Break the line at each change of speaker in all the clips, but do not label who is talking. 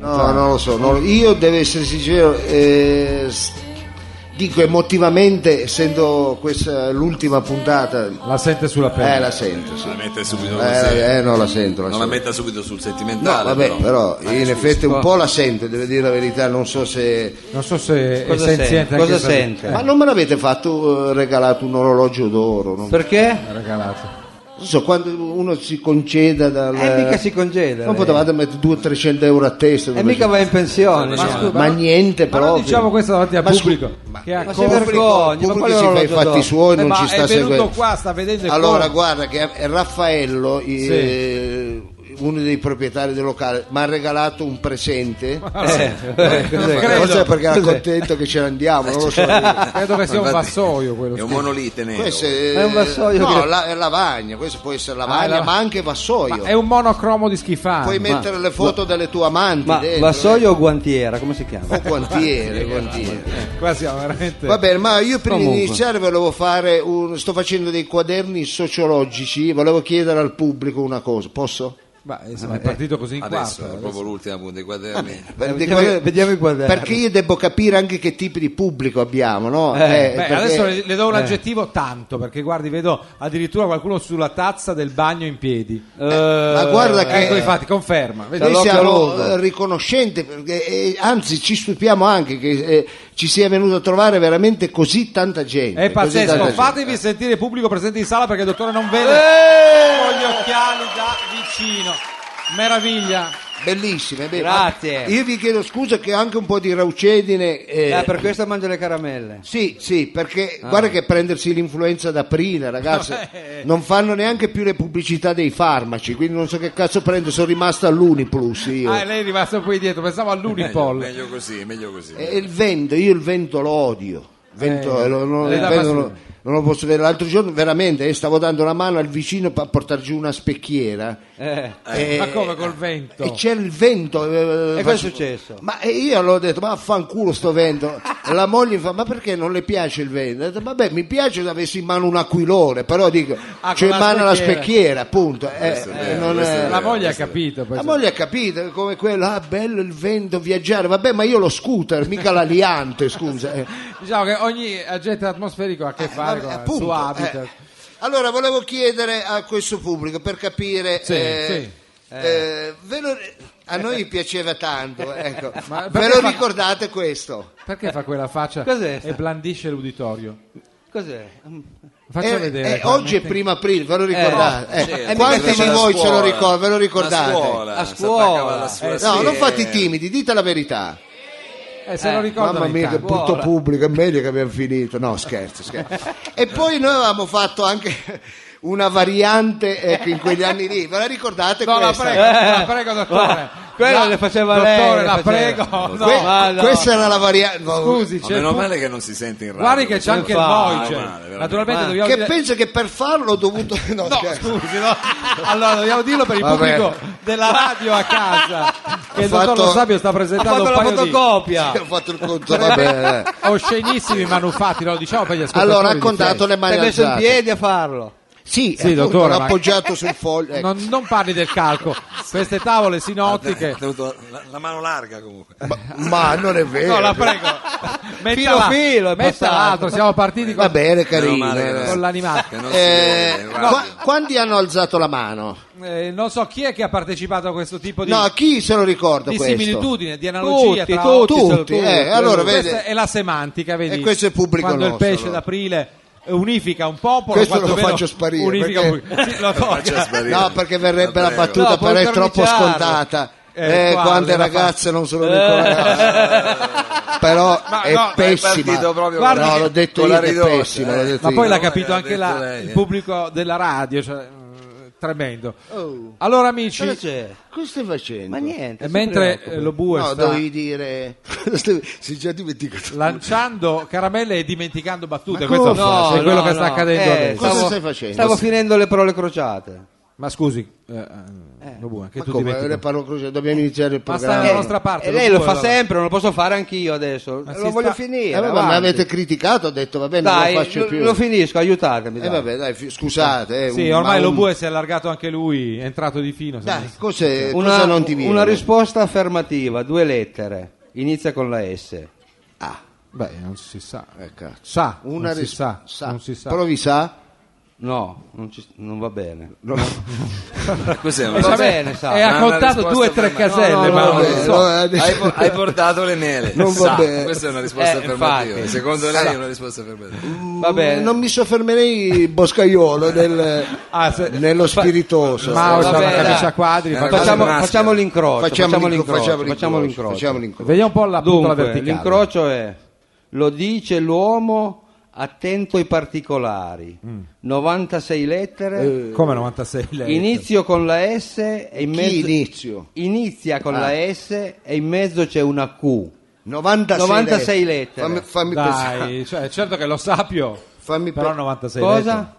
No, non lo so. non lo- io devo essere sincero, eh, s- dico emotivamente, essendo questa l'ultima puntata,
La sente sulla pelle.
eh, la sento. Sì.
La mette subito così.
Eh, eh, no, la sento. La
non la
sento.
metta subito sul
No,
sentimentale.
vabbè, però in effetti un po' la sento, devo dire la verità, non so se...
Non so se
Cosa
è
sente?
senziente
Cosa
anche se-
sente?
eh,
Ma non me l'avete fatto eh, regalato un orologio d'oro? Non,
Perché?
regalato.
non so, quando uno si conceda
Eh,
dal...
E Eh, mica si congela.
Non
lei.
potevate mettere 200-300 euro a testa?
E mica va in pensione.
Ma
no.
scusa,
Ma niente
Ma
proprio.
non diciamo questo davanti al
Ma scusa,
pubblico. che ha co-
ma si vergogna,
pubblico
ma quale
si fa i
orologio
fatti
d'oro?
suoi,
Eh,
non
ma
ci sta
è venuto
seguendo.
qua, sta vedendo il
Allora,
corpo.
guarda che eh, Raffaello, eh, uno dei proprietari del locale, mi ha regalato un presente.
Eh, eh, cos'è?
Forse è perché era
Cos'è?
contento che ce n'andiamo, non lo so.
Credo che sia un
Infatti,
vassoio quello.
È un
stesso.
monolite nero.
Questo è,
È un vassoio
No,
che-
la- è lavagna, questo può essere lavagna,
Ah, la-
ma anche vassoio.
Ma è un monocromo di schifani.
Puoi mettere le foto delle tue amanti
Ma
dentro,
vassoio
eh.
o guantiera? Come si chiama?
eh. o guantiere, guantiere.
Qua siamo veramente.
Va bene, ma io prima di
Comunque.
iniziare volevo fare un... sto facendo dei quaderni sociologici, volevo chiedere al pubblico una cosa, posso?
Ma, insomma, è partito così in
Adesso è
quarto.
proprio l'ultima punta dei quaderni.
Dei
Eh, vediamo-
quaderni-
vediamo i quaderni.
Perché io devo capire anche che tipi di pubblico abbiamo, no?
Eh,
Eh,
Beh,
perché-
adesso le, le do un aggettivo tanto, perché guardi, vedo addirittura qualcuno sulla tazza del bagno in piedi.
Eh, ma guarda che-
Ecco, infatti, conferma. Vedi?
Noi
Allora,
siamo
Piologo.
eh, riconoscenti, perché, eh, anzi ci stupiamo anche che eh, ci sia venuto a trovare veramente così tanta gente.
È
così tanta
pazzesco,
gente.
fatevi sentire il pubblico presente in sala perché il dottore non vede
Eh!
con gli occhiali da vicino. Meraviglia.
Bellissime, bene.
Grazie.
Io vi chiedo scusa che ho anche un po' di raucedine. eh,
Eh, per questo mangio le caramelle.
Sì, sì, perché
Ah.
guarda che prendersi l'influenza ad aprile, ragazzi,
Eh.
non fanno neanche più le pubblicità dei farmaci, quindi non so che cazzo prendo, sono rimasto all'Uniplus io.
Ah, e lei è rimasta poi dietro, pensavo
Meglio,
all'Unipol.
meglio così, meglio così.
E il vento, io il vento lo odio. Il Vento,
Eh,
lo- non,
le
il
dà
vento
fastidio.
non- non lo posso vedere. L'altro giorno veramente eh, stavo dando una mano al vicino per portar giù una specchiera.
Eh.
eh, certo.
Ma come col vento?
E c'era il vento. eh,
E cosa è successo?
Ma e io l'ho detto, ma affanculo sto vento. E La moglie mi fa, ma perché non le piace il vento? Ho detto, vabbè, mi piace se avessi in mano un aquilone, però dico,
Ah,
c'è
con
in
la
mano la
specchiera.
specchiera, appunto. eh,
è
eh,
vero,
non
questo è
è-
vero.
La moglie ha
questo è-
capito. poi
la moglie ha capito come quello, ah bello il vento, viaggiare, vabbè ma io lo scooter, mica l'aliante, scusa. eh.
Diciamo che ogni agente atmosferico ha a che
Vabbè,
fare con il
Ah, appunto,
suo habitat.
eh. Allora, volevo chiedere a questo pubblico per capire.
Sì,
eh,
sì. Eh,
eh, ve lo- a noi piaceva tanto, ecco.
Ma
ve
perché
lo
fa-
ricordate questo?
Perché fa quella faccia
Cos'è sta?
e blandisce l'uditorio?
Cos'è? Mm.
Faccia
Eh,
vedere.
eh,
qua,
oggi è
metti-
primo aprile, ve lo ricordate? Eh,
Sì,
eh,
perché
quanti
c'è
di voi
la
ce lo
Certo, scuola.
ricordano? Ve lo
La
ricordate?
scuola.
A
si
scuola.
attaccava alla scuola,
Eh,
sì.
No, non fate i timidi, dite la verità.
Eh, se lo
Eh,
ricorda
Mamma mia, che
intanto.
brutto pubblico, è meglio che abbiamo finito. No, scherzo, scherzo. e poi noi avevamo fatto anche una variante ecco, in quegli anni lì. Ve la ricordate
No, la
questa?
prego, la prego, dottore.
Quello
La-
le faceva
dottore,
lei, le
la
faceva.
prego. no.
Que-
ma no.
Questa era la variante.
Scusi,
Ma
c'è il
meno
pu-
male che non si sente in radio.
Guardi che c'è
questo
anche il
fa-
Moice.
male, veramente.
Naturalmente
Ma-
dobbiamo
Che
dire-
penso che per farlo ho dovuto. No,
No,
scherzo.
scusi, no. Allora, dobbiamo dirlo per il
Vabbè.
pubblico della radio a casa che il
fatto-
dottor Lo Sabio sta
Ha
presentando
fatto
un
la
paio
fotocopia.
Ho fatto il conto. vabbè, eh.
di oscenissimi manufatti, lo diciamo per gli ascoltatori.
Allora ha
di
contato le mani
L'hai messo in
alzate.
piedi a farlo.
Sì,
Sì,
appunto,
dottore,
l'ho
ma-
appoggiato sul foglio.
Fred.
ecco.
Non, non parli del calco, queste tavole sinottiche.
Ha tenuto la, la mano larga comunque.
Ma non è vero.
No, la prego.
Filo
Mettala,
a filo, è
metta
passato.
l'altro, siamo partiti
Va
con,
bene,
Meno
carino.
male che non-
con l'animale.
che non si
Eh,
vede, guarda.
qua- quanti hanno alzato la mano?
Eh, non so chi è che ha partecipato a questo tipo di,
No, chi se lo ricorda
di
questo?
similitudine, di analogia
Tutti,
tra
tutti,
Tutti,
tutti.
eh, allora
Questa
vede,
è la semantica, vedi?
E questo è il pubblico
Quando
nostro,
il pesce
allora.
d'aprile unifica un popolo,
Questo
quanto
lo
meno
faccio sparire,
Unifica
perché-
un pubblico. Sì, lo
Faccia
tolga.
sparire.
no, perché verrebbe la
prego.
battuta,
No,
però è troppo
porcarmiciarlo.
scontata.
Eh,
Eh,
qua,
quante
della fa-
ragazze non se lo ricordano. però
Ma
è
no, è
pessima.
partito proprio
Guardi
no,
che-
l'ho detto
con
io,
la
è
ridotta,
pessima.
eh.
l'ho detto
Ma poi
io.
l'ha
No,
capito
l'ha
anche
detto
la-
lei,
il
eh.
pubblico della radio, cioè, mm, tremendo.
Oh.
Allora amici,
Cosa c'è?
Cosa stai facendo?
Ma niente.
eh,
si
mentre
preoccupa.
eh, lo bue
No,
sta
dovevi dire. si è già dimenticato.
lanciando caramelle e dimenticando
Ma
battute,
come
questo
fa?
è
No,
quello
no,
che sta
no.
accadendo
Eh,
adesso.
Cosa
stavo-
stai facendo?
Stavo finendo le parole crociate.
Ma scusi, eh, eh, Nobue, che
Ma
tu ti
come,
metti
le
qua?
parlo così, dobbiamo iniziare il
Ma sta
programma.
dalla nostra parte.
e lei lo
Nobue,
fa
allora.
sempre, non lo posso fare anch'io adesso.
Ma
lo
si
voglio
sta-
finire.
Eh, vabbè, ma
avanti.
avete criticato, ho detto va bene, non
Dai,
lo faccio
lo,
più.
lo finisco, aiutatemi.
Eh,
dai.
vabbè, dai, fi- scusate. eh,
Sì,
un-
ormai
ma un-
Lobue si è allargato anche lui, è entrato di fino. sembra.
Dai, cos'è- cosa,
Una,
non ti viene?
una risposta affermativa, due lettere, inizia con la S.
Ah,
Beh, non si sa.
eh, cazzo.
Sa,
Una
non, si
ris-
sa, non si sa.
Provi sa?
No, non, ci- non va bene.
Cos'è
Eh,
una
va
cosa-
bene, sa.
E
Non
ha
ha
contato
risposto
due o tre
per me.
caselle,
No, no,
ma
no,
non
eh,
so.
no, adesso-
hai, po- hai portato le mele.
Non va
Sa.
bene.
Questa è una risposta
Eh,
affermativa.
infatti.
Secondo lei è una risposta affermativa.
Va bene.
Mm, Non mi soffermerei boscaiolo nel-
Ah, se-
nello spiritoso. Eh,
Ma
Vabbè,
c'ha la
dai.
camicia a quadri.
Eh,
fa-
cosa
Facciamo,
di maschera.
facciamo l'incrocio. Facciamo
facciamo
l'incrocio. Facciamo
l'incrocio,
l'incrocio.
facciamo l'incrocio.
Vediamo un po' la punta la
Dunque,
verticale.
l'incrocio è lo dice l'uomo atento ai particolari.
Mm.
96
Eh,
lettere.
Come 96 lei?
Inizio con la S e in
Chi
mezzo
inizio?
inizia con
Ah.
la S e in mezzo c'è una Q.
96,
96 lettere.
Fammi, fammi pensare.
Dai, cioè, certo che lo sappio,
Fammi
però
pe-
96
Cosa?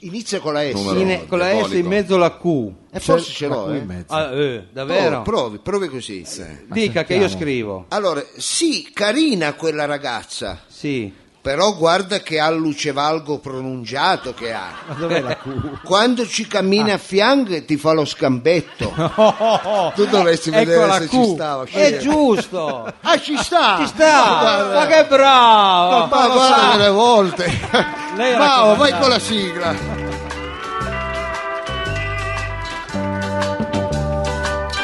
Inizia con la S.
Numero.
In- con la S
diabolico.
in mezzo la Q.
Eh, forse ce l'ho. eh. Oh,
mezzo.
Ah, eh, davvero?
Provi, provi, provi così.
Dica che io scrivo.
Allora, sì, carina quella ragazza,
Sì.
però guarda che ha il lucevalgo pronunciato che ha.
Ma dov'è la Q?
Quando ci cammina a fianco e ti fa lo scambetto. Tu dovresti
Ecco
vedere
la
se
Q.
ci stava.
È giusto.
Ah, ci sta!
Ci sta.
Guarda.
Ma che bravo.
Ma guarda delle volte!
Lei era
Bravo,
comandante.
vai con la sigla!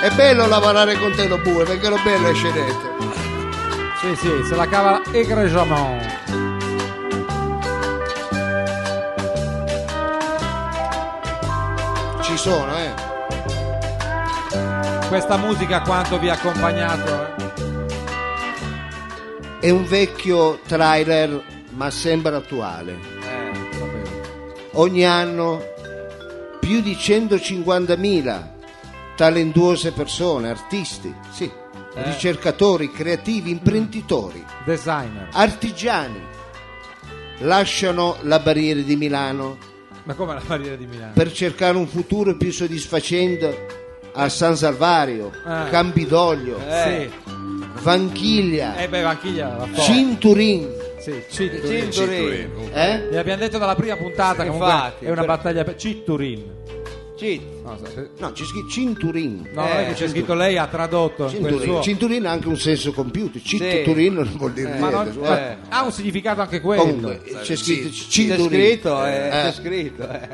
È bello lavorare con te lo bue, perché lo bello è scenette.
cioè. Sì, sì, se la cava egregiamente.
Ci sono, eh.
Questa musica quanto vi ha accompagnato? eh?
È un vecchio trailer, ma sembra attuale.
Eh,
Ogni anno più di 150.000 talentuose persone, artisti, sì,
Eh.
ricercatori, creativi, imprenditori,
Designer.
artigiani lasciano la barriera di Milano
Ma come la barriera di Milano?
per cercare un futuro più soddisfacente a San Salvario,
Ah. Eh,
Campidoglio,
Sì.
Vanchiglia,
Eh beh, Vanchiglia la fa.
Cinturin.
Sì, Citturin.
Cinturin.
Cinturin.
Eh?
Gliel'abbiamo abbiamo detto dalla prima puntata che comunque
Infatti,
è una
cioè-
battaglia per Citturin.
cheat.
No, sa- se-
No, c'è scritto Cinturin.
no, non è che c'è scritto lei ha tradotto in quel
Cinturin.
suo.
Cinturin ha anche un senso compiuto,
Sì.
Cinturin non vuol dire
Ma
niente.
non-
guarda.
eh, ha un significato anche quello.
Comunque c'è scritto
C'è
Cinturin.
scritto, eh,
Eh.
c'è scritto. eh.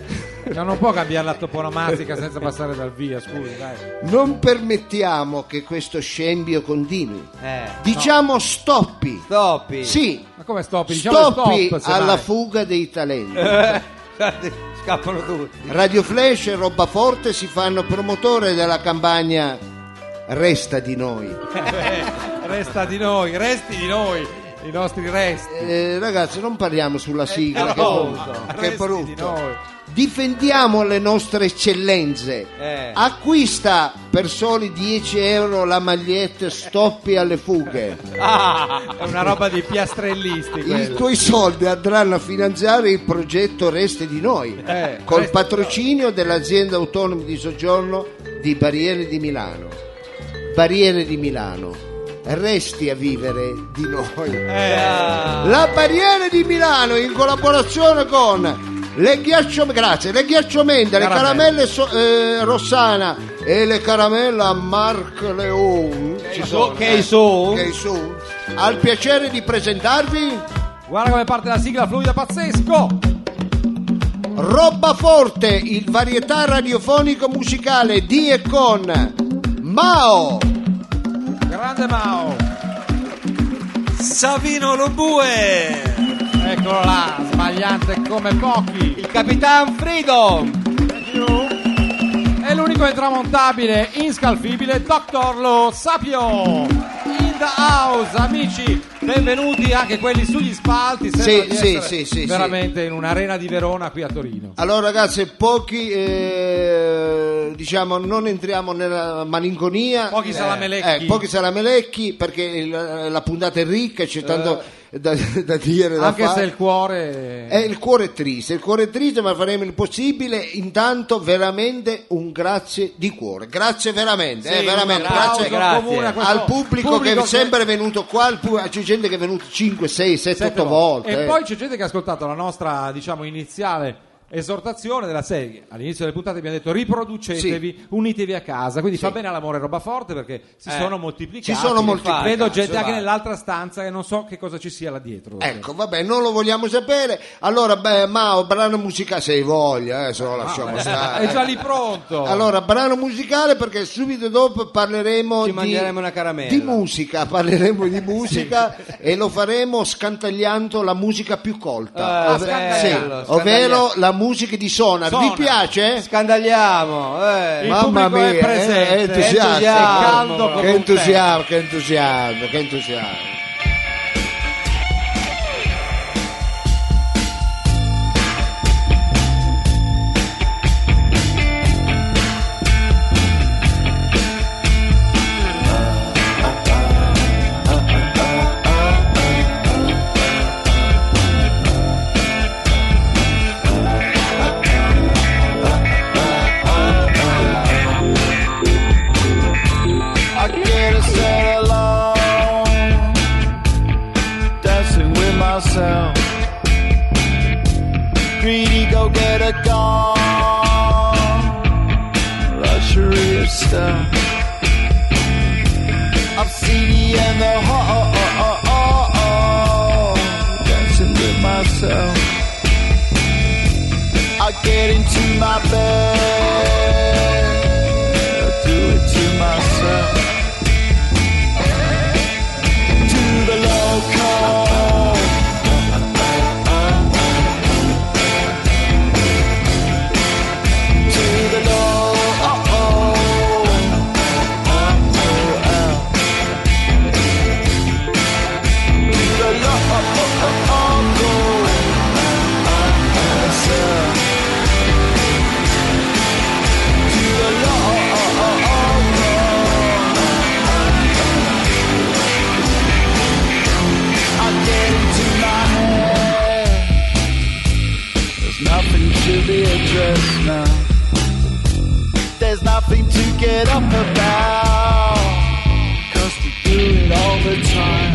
No, Cioè, non può cambiare la toponomastica senza passare dal via, scusi, dai.
Non permettiamo che questo scembio continui.
Eh.
Diciamo stoppi.
Stoppi.
Sì,
Ma come stop? Diciamo
stoppi
stop, semmai.
alla fuga dei talenti.
Eh, guardi, Scappano tutti.
Radio Flash e Roba Forte si fanno promotore della campagna Resta di noi.
Resta di noi, resti di noi, i nostri resti.
Eh, ragazzi, non parliamo sulla sigla, che
no,
brutto.
ma
che
resti
brutto.
di noi.
Difendiamo le nostre eccellenze.
Eh.
Acquista per soli 10 euro la maglietta Stoppi alle fughe.
Ah, è una roba di piastrellisti
I
quella.
tuoi soldi andranno a finanziare il progetto Resti di noi
Eh,
col
Resti-
patrocinio dell'azienda autonoma di soggiorno di Barriere di Milano. Barriere di Milano, resti a vivere di noi.
Eh,
Ah,
La Barriere di Milano in collaborazione con le, ghiaccio... Grazie, le ghiacciomende, le
Caramelle.
caramelle so- eh, Rossana e le caramelle a Marc Leon. Ci sono, eh,
che i su?
Che i su. Al piacere di presentarvi.
Guarda come parte la sigla fluida pazzesco.
Roba Forte, il varietà radiofonico musicale di e con Mao,
Grande Mao.
Savino Lobue.
Eccolo là, sbagliante come pochi.
Il Capitan Freedom.
È l'unico intramontabile, inscalfibile, Dottor Lo Sapio. In the house, amici, benvenuti anche quelli sugli spalti. sembra
Sì,
di
sì,
essere
sì, sì, sì.
Veramente in un'arena di Verona qui a Torino.
Allora ragazzi, pochi eh, eh, diciamo, non entriamo nella malinconia.
Pochi
Eh,
salamelecchi.
eh, pochi salamelecchi, perché il- la puntata è ricca, c'è tanto da, da dire. Da
Eh. Anche
fare.
se il cuore...
Eh, il cuore è triste, il cuore è triste, ma faremo il possibile. Intanto, veramente un grazie di cuore. Grazie veramente, eh,
Sì,
veramente.
un applauso
Grazie
grazie.
comune a questo
al pubblico, che è sempre venuto qua, al pu- c'è gente che è venuta 5, 6, 7, 8 volte.
Certo. E
eh.
poi c'è gente che ha ascoltato la nostra, diciamo, iniziale esortazione della serie. All'inizio delle puntate abbiamo detto riproducetevi, unitevi a casa. Quindi fa bene all'amore roba forte perché si sono moltiplicati.
Ci Eh. sono moltiplicati,
Vedo gente
vai.
anche nell'altra stanza che non so che cosa ci sia là dietro.
Ecco, vabbè, non lo vogliamo sapere. Allora, beh, Mao, brano musicale, se hai voglia, eh, se no lasciamo stare.
Ah, È già lì pronto.
Allora, brano musicale perché subito dopo parleremo
Ci
di,
mangeremo una caramella.
di musica, parleremo di musica e lo faremo scantagliando la musica più colta,
Ah,
Eh,
Ov-
bello,
sì,
scandagliare.
ovvero la musica di Sonar.
Sonar.
Vi piace?
Scandagliamo. eh.
Il
Mamma
pubblico è
mia, eh,
presente,
è entusiasta.
è caldo
Che
come un
entusiasmo, che entusiasmo, che entusiasmo.
I get to set alone, dancing with myself. Greedy go get a gone, luxury of stuff. I'm seedy and the ho oh, oh, oh, oh, oh, dancing with myself. I get into my bed. I do it to myself. To the loco. To the low. Oh, oh. Oh, oh. To the low. Oh, oh, oh, oh, oh. To the I get into my head. There's nothing to be addressed now. There's nothing to get up about. Cause we do it all the time.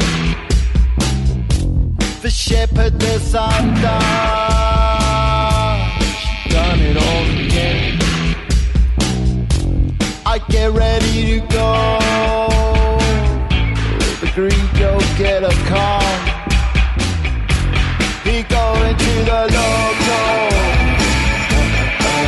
The shepherd, the sundown. She done it all again. I get ready to go. The green go get a car. He going to the loco.
Uh,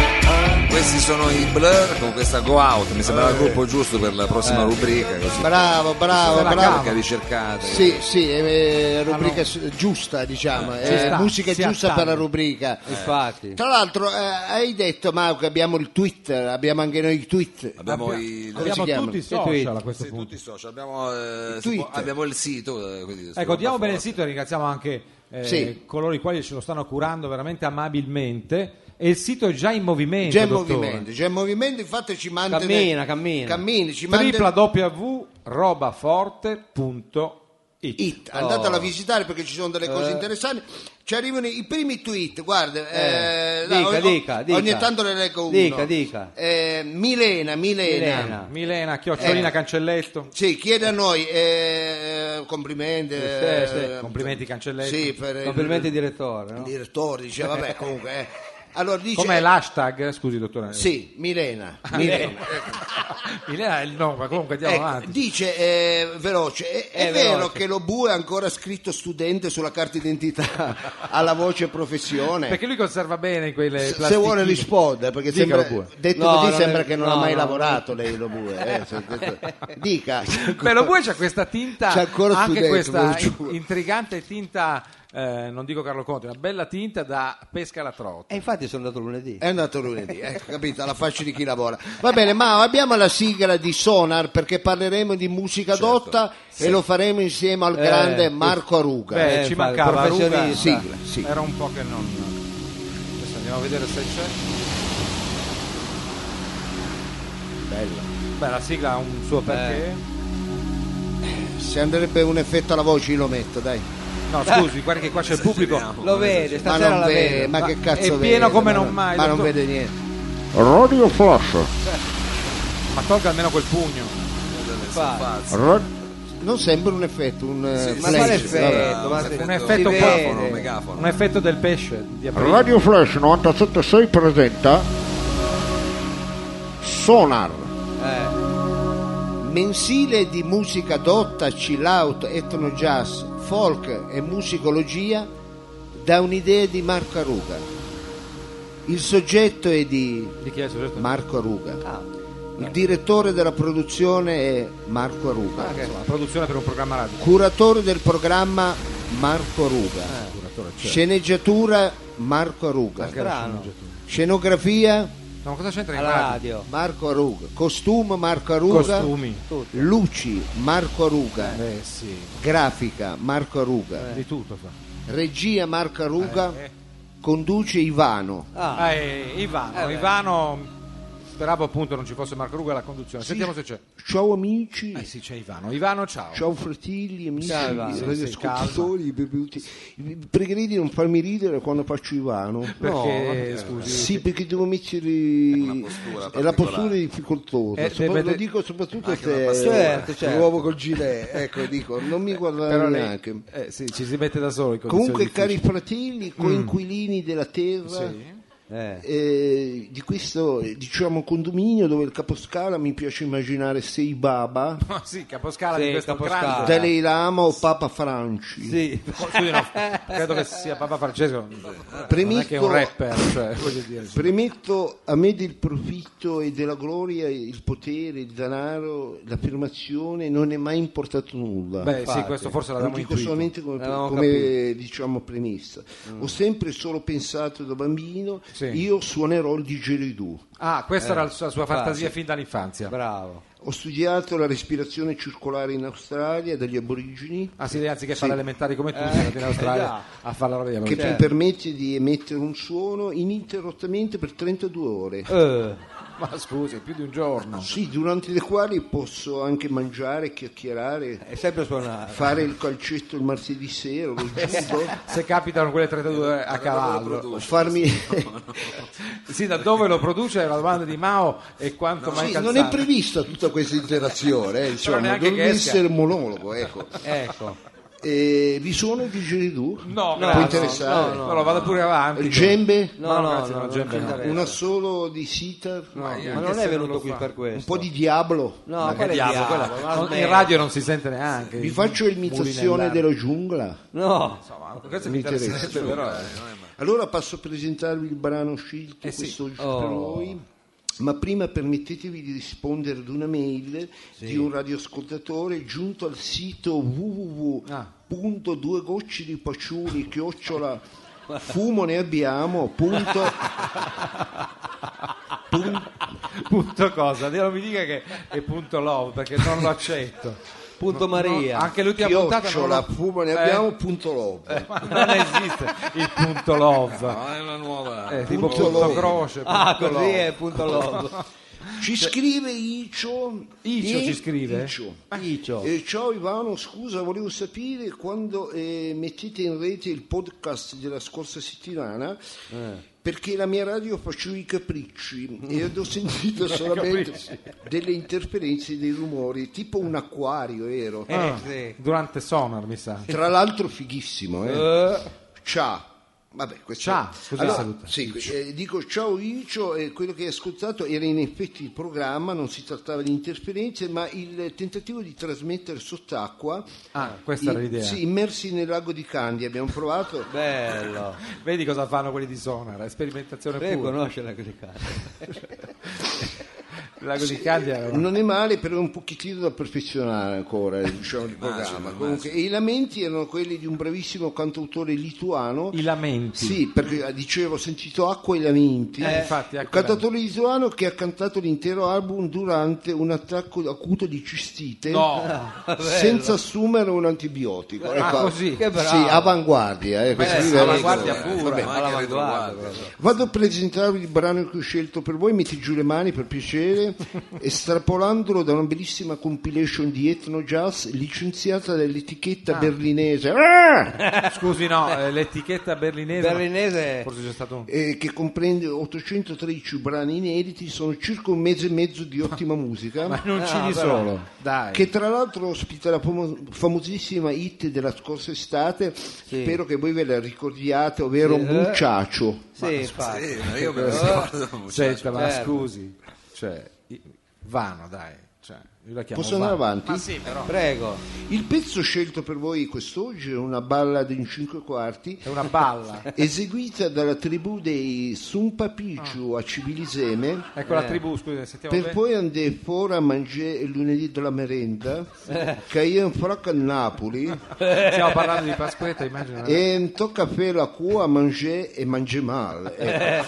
Questi sono i Blur con questa Go Out, mi sembra il gruppo giusto per la prossima rubrica. Così.
Eh. Bravo, bravo,
la
bravo.
Rubrica ricercata.
Sì, sì, è, eh, rubrica s- giusta, diciamo, eh,
sta,
musica
si
giusta per
attaglia.
la rubrica.
Eh, Infatti.
Tra l'altro, eh, hai detto, Mau, che abbiamo il Twitter, abbiamo anche noi il tweet.
Abbiamo il
Come si
abbiamo
chiama?
tutti i
Sì,
social a questo
Sì,
punto.
tutti i social, abbiamo, eh, si
Twitter.
può- abbiamo il sito. eh, quindi si
Ecco,
può
diamo bene il
fare.
sito e ringraziamo anche eh,
Sì.
coloro i quali ce lo stanno curando veramente amabilmente. E il sito è già in movimento.
C'è
dottore.
movimento, c'è movimento, infatti ci manda
Cammina, cammina.
Cammini, ci manda
www.robaforte.it
it. Andatelo a visitare perché ci sono delle cose interessanti. Ci arrivano i primi tweet, guarda, eh,
dica,
dai, ogni,
dica, dica.
ogni tanto ne leggo uno.
Dica, dica.
Eh, Milena, Milena.
Milena.
Milena Chiocciolina
Eh.
Cancelletto
Sì, chiede a noi eh, complimenti. eh,
sì, sì,
complimenti Cancelletto
Sì, per il-
Complimenti
il,
direttore, no?
direttore, dice, vabbè, comunque. eh. Allora dice
com'è l'hashtag? scusi dottore
Sì, Milena. Milena.
Milena è il nome comunque andiamo
Ecco,
avanti
dice eh, veloce, è, è
È
vero
veloce.
che lo Bu è ancora scritto studente sulla carta d'identità alla voce professione.
perché lui conserva bene quelle
se
plastichine.
vuole rispondere, perché
Dica,
sembra,
lo Bue.
detto
No,
così
non
sembra
è-
che non
no,
ha mai
no.
lavorato lei lo Bu. eh, se- se- Dica.
Beh, lo bue c'ha questa tinta,
C'è ancora
anche
studente, ve
questa
lo giuro.
in- intrigante tinta, eh, non dico Carlo Conte, una bella tinta da pesca alla trota.
E Eh, infatti sono andato lunedì.
È andato lunedì, ecco, capito? Alla faccia di chi lavora. Va bene, ma abbiamo la sigla di Sonar perché parleremo di musica dotta e lo faremo insieme al grande Marco Aruga.
Beh, ci
Eh, infatti,
mancava,
professionista.
Ruga.
Sigla, sigla.
Era un po' che non... Adesso andiamo a vedere se c'è.
Bella.
Beh, la sigla ha un suo perché.
Se andrebbe un effetto alla voce io lo metto, dai.
No, scusi, guarda che qua c'è il pubblico.
Lo vede, stasera
non
la
vede,
vede.
ma, che cazzo
è
vede?
pieno come
Ma
non mai,
Ma non
dottor-
vede niente.
Radio Flash.
Ma tolga almeno quel pugno.
fa?
Non sembra un effetto, un eh,
Sì,
Ma
flash.
sì,
quale
sì,
effetto?
sembra
Ma
un
se-
effetto-
si
effetto
vede.
megafono, megafono.
Un effetto del pesce di aprile.
Radio Flash 976 presenta Sonar.
Eh,
Mensile di musica dotta, chill out, etno jazz, folk e musicologia da un'idea di Marco Aruga. Il soggetto è di
Di chi è il soggetto?
Marco Aruga.
ah,
Il direttore della produzione è Marco Aruga.
Insomma, produzione per un programma radio.
Curatore del programma Marco Aruga.
Eh, certo.
Sceneggiatura Marco Aruga.
strano.
Scenografia
No, ma cosa c'entra in
Alla
radio?
radio.
Marco Aruga. Costume Marco Aruga.
Costumi.
Luci Marco Aruga.
Eh sì,
Grafica Marco Aruga,
di tutto fa.
regia Marco Aruga,
Eh.
conduce Ivano.
Ah,
Ah, eh, Ivano,
Eh, beh.
Ivano. Speravo appunto non ci fosse Marco Ruga alla conduzione. Sentiamo se c'è.
Ciao amici,
Eh sì, c'è Ivano. Ivano, ciao.
ciao fratelli, amici,
Ciao, Ivano. Sì,
radioascoltatori, benvenuti. Vi Pregherei di non farmi ridere quando faccio Ivano.
Perché,
No.
scusi.
Sì, perché devo mettere
una postura
è la postura
particolare.
difficoltosa.
Eh,
Sopra-
deve-
Lo dico soprattutto
Anche una
se
postura.
Certo, certo.
l'uovo col gilet. Ecco, dico, non mi guardare
Però lei-
neanche.
eh, sì, ci si mette da soli. in condizioni
Comunque, cari
difficili.
fratelli,
Mm.
coinquilini della terra,
eh.
Eh, di questo eh, diciamo condominio dove il caposcala mi piace immaginare sei Baba,
Ma sì, caposcala
Sì,
di questo
caposcala.
grande. Oh,
Dalai Lama o Papa Franci.
Sì.
Scusi, no, credo che sia Papa Francesco. Non è che è
Premetto-
un rapper, cioè, voglio dire.
Premetto a me del profitto e della gloria, il potere, il denaro, l'affermazione non è mai importato nulla.
Beh, sì,
infatti.
questo forse
Lo
l'abbiamo
dico
intuito. Mm.
solamente come,
L'avevamo
come, diciamo premessa. Ho sempre solo pensato da bambino,
Sì.
io suonerò il digeridoo.
Ah, questa era la sua, la sua fantasia fin dall'infanzia.
Bravo.
Ho studiato la respirazione circolare in Australia dagli aborigeni
Ah sì, lei anziché fare elementari come tu, sei andato in Australia a fare la radio.
che mi permette di emettere un suono ininterrottamente per 32 ore.
Eh,
Ma scusi, più di un giorno.
Sì, durante le quali posso anche mangiare, chiacchierare,
è sempre suonato.
fare il calcetto il martedì sera, lo giusto,
Se capitano quelle 32 a cavallo.
farmi...
Sì, da dove lo produce è la domanda di Mao e quanto mai
Sì,
calzante.
non è prevista tutta questa interazione, eh, insomma,
neanche
dovrebbe
che esca.
essere un monologo, ecco.
Ecco.
Eh, vi sono i digeridoo?
No,
Può
grazie.
interessare?
No, no, no, vado pure avanti.
Gembe?
No, no,
grazie,
no,
no,
non
Gembe
ci
no.
interessa.
Una solo di sitar?
No,
io
ma
anche
non
se
è
non
venuto
lo
qui
fa.
per
Un
questo.
po' di diavolo?
No,
Ma che
quella è
diavolo,
diavolo,
quella-
ma
non- in
smetti.
radio non si sente neanche.
Vi faccio l'imitazione della giungla.
No.
Insomma, questo mi interesserebbe però. eh.
Allora passo a presentarvi il brano scelto
Eh sì.
questo
Oh.
per voi. Ma prima permettetevi di rispondere ad una mail di un radioascoltatore giunto al sito
Ah.
www.duegoccidipaciuli chiocciola fumo ne abbiamo punto, pun-
Punto cosa? Dio, Non mi dica che è punto love perché non lo accetto.
Punto Maria.
No, anche l'ultima puntata non,
chiocciola
lo-
fumo ne
Eh.
abbiamo punto love.
ma non esiste il punto love.
Ah, è una nuova.
Eh, tipo
Punto
punto,
love.
croce.
Ah,
punto
così
love.
è punto lobo.
Ci scrive Icio.
Cioè Icio
e-
ci scrive?
Icio.
Icio.
Eh, ciao Ivano, scusa, volevo sapere quando eh, mettete in rete il podcast della scorsa settimana.
Eh.
Perché la mia radio facevo i capricci e ed ho sentito solamente delle interferenze, dei rumori, tipo un acquario ero.
Eh,
Ah,
sì.
Durante Sonar, mi sa.
Tra l'altro fighissimo, eh.
Eh,
Ciao. Vabbè, questo...
Ciao, scusa, saluta.
sì, eh, dico ciao Icio, eh, quello che hai ascoltato era in effetti il programma, non si trattava di interferenze, ma il tentativo di trasmettere sott'acqua.
Ah, questa era
i-
l'idea.
Sì, immersi nel lago di Candy, abbiamo provato.
bello.
Vedi cosa fanno quelli di Sonar, è sperimentazione
Devi
pura.
conoscere quelle carte.
Esatto.
Il lago di Candia era una-
Non è male, però è un pochettino da perfezionare ancora diciamo,
Ah,
il programma. Comunque, e i lamenti erano quelli di un bravissimo cantautore lituano.
i lamenti.
Sì, perché eh, dicevo, ho sentito Acqua e Lamenti,
Eh, infatti,
un
Acqua e
cantatore lituano che ha cantato l'intero album durante un attacco acuto di cistite
No,
senza assumere un antibiotico.
Ah,
Ecco,
così?
Sì,
Che bravo.
avanguardia. eh, questo
Beh,
livello.
avanguardia
Vabbè.
pura.
Vabbè,
all'avanguardia,
anche le
Vado a presentarvi il brano che ho scelto per voi, metti giù le mani per piacere. estrapolandolo da una bellissima compilation di etno jazz licenziata dall'etichetta berlinese ah!
Scusi, no, eh, l'etichetta berlinese.
Berlinese
Forse c'è stato un.
eh, che comprende 813 brani inediti, sono circa un mese e mezzo di ottima musica.
Ma non ci
No,
di
però,
solo. Dai.
che tra l'altro ospita la famo- famosissima hit della scorsa estate, spero che voi ve la ricordiate, ovvero
Sì, eh.
Muchacho.
sì, infatti.
Sì, Eh, ma io me lo ricordo. cioè,
Senta, Cioè, ma
Certo.
scusi. Cioè, i- vano, dai. Cioè, io la chiamo
Posso andare
Vano.
avanti?
Ma sì, però.
Prego.
Il pezzo scelto per voi quest'oggi è una ballad in cinque quarti
È una balla.
eseguita dalla tribù dei Sumpapicciu a Cibiliseme
Ecco la tribù, scusi, sentiamo
per
bene.
poi andare fuori a mangiare il lunedì della merenda che io in frocca a Napoli
Eh. Stiamo parlando di Pasquetta, immagino.
e tocca a fare la cua a mangiare e mangiare male ecco.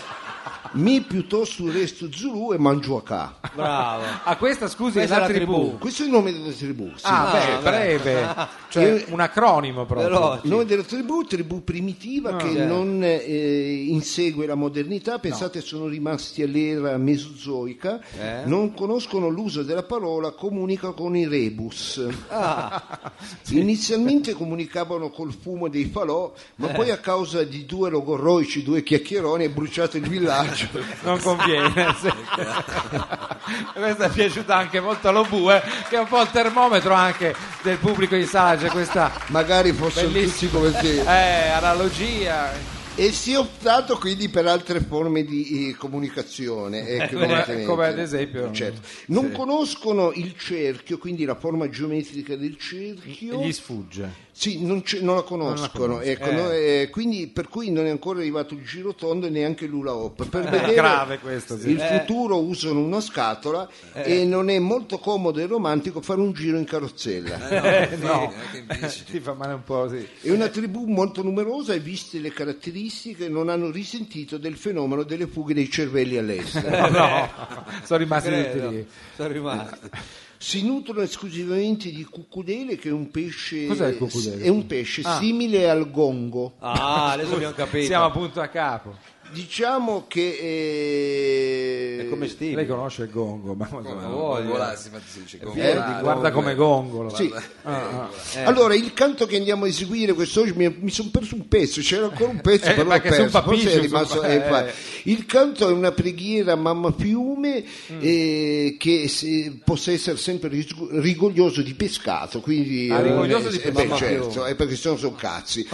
mi piuttosto resto Zulu e mangio a ca
Bravo.
Ah, questa, scusi,
Questa
è la,
è la
tribù.
tribù.
questo è il nome della tribù sì.
Ah, beh,
no,
breve. Cioè, un acronimo proprio.
Veloce.
Il nome della tribù, tribù primitiva che
certo.
non eh, insegue la modernità, pensate sono rimasti all'era mesozoica, non conoscono l'uso della parola, comunica con i rebus. Inizialmente comunicavano col fumo dei falò, ma poi a causa di due logorroici, due chiacchieroni, è bruciato il villaggio.
Non conviene. sì. questa è piaciuta anche molto allo Bue, che è un po' il termometro anche del pubblico in sala. C'è questa
Magari fossero tutti
bellissima
come te.
eh, analogia.
E si è optato quindi per altre forme di eh, comunicazione. ecco,
Eh, Come-
evidentemente.
come ad esempio-
Certo. Non conoscono il cerchio, quindi la forma geometrica del cerchio.
Gli sfugge.
Sì, non, ce- non la conoscono. ecco,
Eh.
no? Eh, quindi per cui non è ancora arrivato il giro tondo e neanche l'ula hop. Per vedere
grave questo, sì. Eh.
il futuro usano una scatola e non è molto comodo e romantico fare un giro in carrozzella.
Eh,
no,
no,
neanche in bici.
ti fa male un po', sì.
È una tribù molto numerosa e viste le caratteristiche non hanno risentito del fenomeno delle fughe dei cervelli all'estero.
No, no, sono rimasti tutti
Credo.
lì.
Sono rimasti.
Si nutrono esclusivamente di cucudele che è un pesce,
Cos'è il cucudele? Ah.
è un pesce simile al gongo.
Ah, adesso abbiamo capito.
Siamo appunto a capo.
Diciamo che eh,
È commestibile.
Lei conosce il gongo, ma
voglia.
Voilà, si fa- si dice come-
pieno
Ah,
di
guarda
comunque.
come gongolo.
sì. Ah,
eh.
Allora, il canto che andiamo a eseguire quest'oggi mi, sono perso un pezzo, c'era ancora un pezzo,
Eh,
però l'ho
perché sono
perso. Forse è
papisci,
rimasto.
sono-
eh, infatti.
eh.
Il canto è una preghiera mamma fiume
Mm.
eh, che se- possa essere sempre risgu- rigoglioso di pescato. Quindi,
Ah, rigoglioso
eh,
di
eh,
pescato.
beh, certo, eh, perché sono, sono cazzi.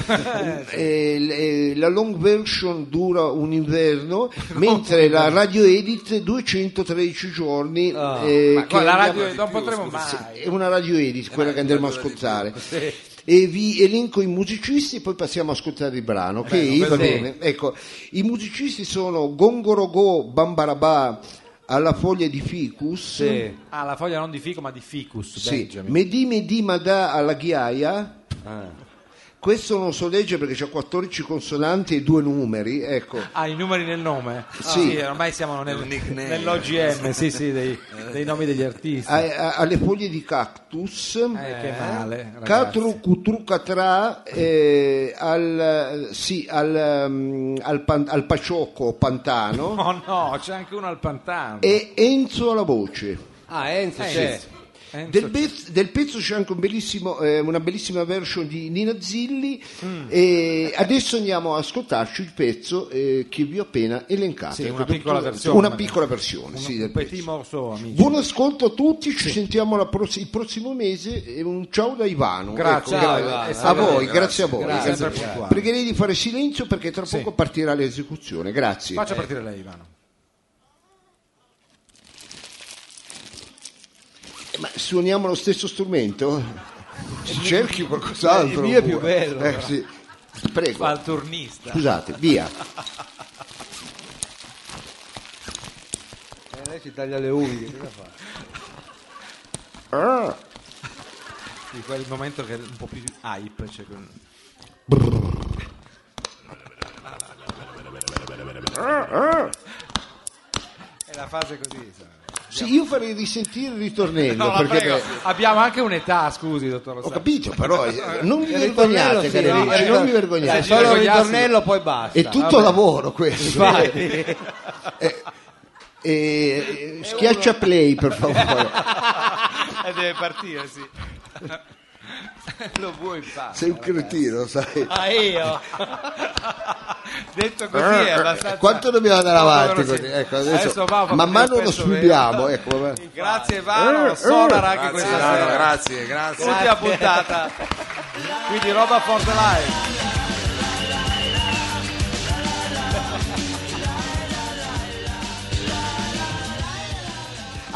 Eh, l- eh, la long version dura un inverno, mentre la radio edit 213 giorni. eh,
Ah. Ma
che
qua la
andiamo-
radio non
più,
potremo
scusi.
mai.
è una radio edit quella che andremo a ascoltare e vi elenco i musicisti e poi passiamo ad ascoltare il brano ok? Va bene. Ecco, i musicisti sono Gongorogò Bambarabà alla foglia di ficus
Sì.
Ah, la foglia non di fico, ma di ficus.
Sì.
Benjamin.
Medi Medi Madà alla ghiaia Ah. questo non so leggere perché c'ha 14 consonanti e due numeri ecco
Ah, i numeri nel nome? Ah,
Sì.
ormai siamo nel,
un nickname.
nell'OGM, sì, sì, dei, dei nomi degli artisti.
A- a- alle foglie di cactus
Eh, che male. ragazzi.
Catru Cutrucatra eh, al, sì, al, mm, al, pan- al Paciocco Pantano
Oh no, c'è anche uno al pantano.
e Enzo alla voce.
Ah, Enzo,
Eh,
c'è.
sì. Enzo
Del,
c'è.
pez- del pezzo c'è anche un bellissimo, eh, una bellissima version di Nina Zilli
Mm.
e adesso andiamo ad ascoltarci il pezzo eh, che vi ho appena elencato.
Sì, una
Ecco,
piccola
dottor-
versione.
una piccola versione,
Un,
sì,
un
del
petit
pezzo.
morceau, amici.
Buon ascolto a tutti, ci sentiamo la pross- il prossimo mese e un ciao da Ivano.
Grazie,
Ecco,
ciao,
gra-
Ivano.
a voi,
Grazie.
grazie a voi.
Grazie,
Grazie.
sempre puntuale.
Pregherei di fare silenzio perché tra poco partirà l'esecuzione. Grazie.
Faccia partire lei, Ivano.
Eh, Ma suoniamo lo stesso strumento? Si Cerchi
Eh,
qualcos'altro.
il mio è più
pure.
bello,
Eh,
però.
sì. Prego,
Fa il turnista.
scusate, via.
Eh, lei si taglia le unghie, cosa fa?
Ah.
Di quel momento che è un po' più hype. Cioè quel- È la fase così. sa.
Sì, io farei risentire il ritornello
No, la
perché
prego.
beh,
Abbiamo anche un'età, scusi, dottor
ho
Rosario.
capito, però eh, non vi
Il ritornello,
vergognate,
sì,
cari
no,
amici,
eh,
non vi
eh,
vergognate.
Solo il
vergognarsi.
Ah, ritornello, poi basta.
È tutto lavoro questo.
Infatti.
Eh, Eh, schiaccia play per favore,
Eh, deve partire, sì. Lo vuoi fare?
sei un cretino, sai.
Ah, io? Detto così è abbastanza...
Quanto dobbiamo andare
Poco
avanti?
veloce.
così? Ecco, adesso,
Adesso va, fa vedere
man mano
il
lo
pezzo
subiamo. Ecco, va-
Grazie Vano,
Eh,
sonara anche
Grazie,
questa
Dano,
sera.
grazie, grazie.
Ultima puntata. Quindi roba for the life.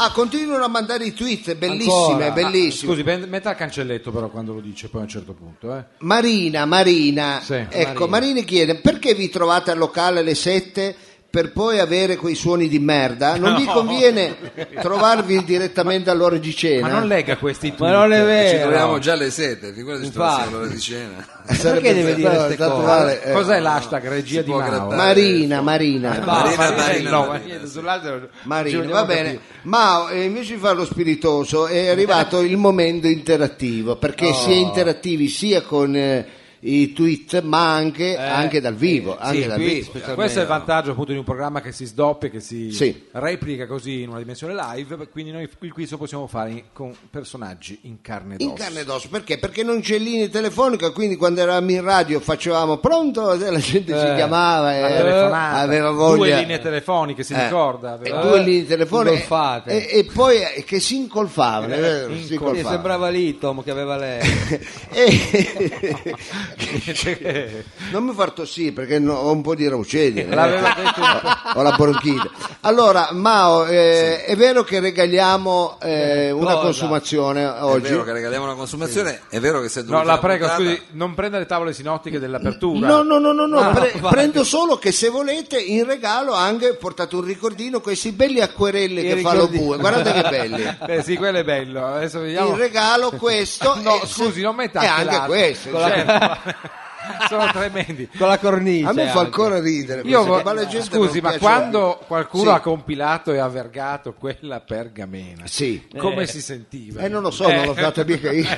Ah, continuano a mandare i tweet, bellissime,
Ancora.
bellissime.
Scusi, ben- metta il cancelletto però quando lo dice, poi a un certo punto. Eh.
Marina, Marina,
Sì,
ecco,
Marina.
Marina chiede perché vi trovate al locale alle 7 per poi avere quei suoni di merda? Non vi conviene trovarvi direttamente all'ora di cena?
Ma non legga questi
Ma non è
Ci
vero.
troviamo già alle sette, figurati ci
Infatti.
troviamo all'ora di cena.
Sarebbe-
Perché deve dire
però,
queste
tanto
cose?
vale, eh.
cioè, Cos'è l'hashtag regia di
può
Mao?
grattare.
Marina, Marina.
Marina,
Marina, Marina,
no, eh.
Marina,
niente,
sì.
sull'altro- ci
Marino,
vogliamo
va bene,
capire.
ma eh, invece di fare lo spiritoso è arrivato il momento interattivo, perché si è interattivi sia con eh, i tweet ma anche, anche dal vivo. Anche
sì,
dal
qui
vivo.
specialmente.
Questo è il vantaggio appunto di un programma che si sdoppia, che si
Sì.
replica così in una dimensione live, quindi noi il quiz lo possiamo fare in- con personaggi in carne ed
In
ossa.
carne ed osso, perché? Perché non c'è linea telefonica, quindi quando eravamo in radio facevamo pronto, e la gente si
Eh,
chiamava
una
e
telefonata,
aveva voglia.
Due linee telefoniche, si
Eh,
ricorda?
e
aveva-
due linee telefoniche
ingolfate.
e, e poi eh, che si incolfavano, è vero, si
Eh, Sì,
incolfavano.
sembrava lì Tom che aveva lei.
E- non mi far tossire perché no- ho un po' di raucedine
L'aveva detto un po'.
ho la bronchite allora Mao eh, è vero che regaliamo eh, una
cosa?
consumazione
È
oggi
vero che regaliamo una consumazione, è vero che se
No, la prego, scusi, non prenda le tavole sinottiche dell'apertura.
No, no, no, no, no,
Ah,
pre-
vai.
prendo solo che se volete in regalo anche portate un ricordino, questi belli acquerelli
I
che fa lo
ricordi-
bue, guardate che belli.
Beh, Eh, sì, quello è bello. Adesso vediamo.
In regalo questo
No,
e-
scusi, non metta
e
anche,
Eh, anche
l'altro.
questo.
Con la-
cioè,
Sono tremendi.
Con la cornice.
a me fa
anche.
ancora ridere.
Io
questo,
vo-
ma la gente
scusi,
non
ma
piace-
quando qualcuno
Sì.
ha compilato e ha vergato quella pergamena,
Sì.
come si sentiva?
Eh, non lo so, non l'ho fatto mica io.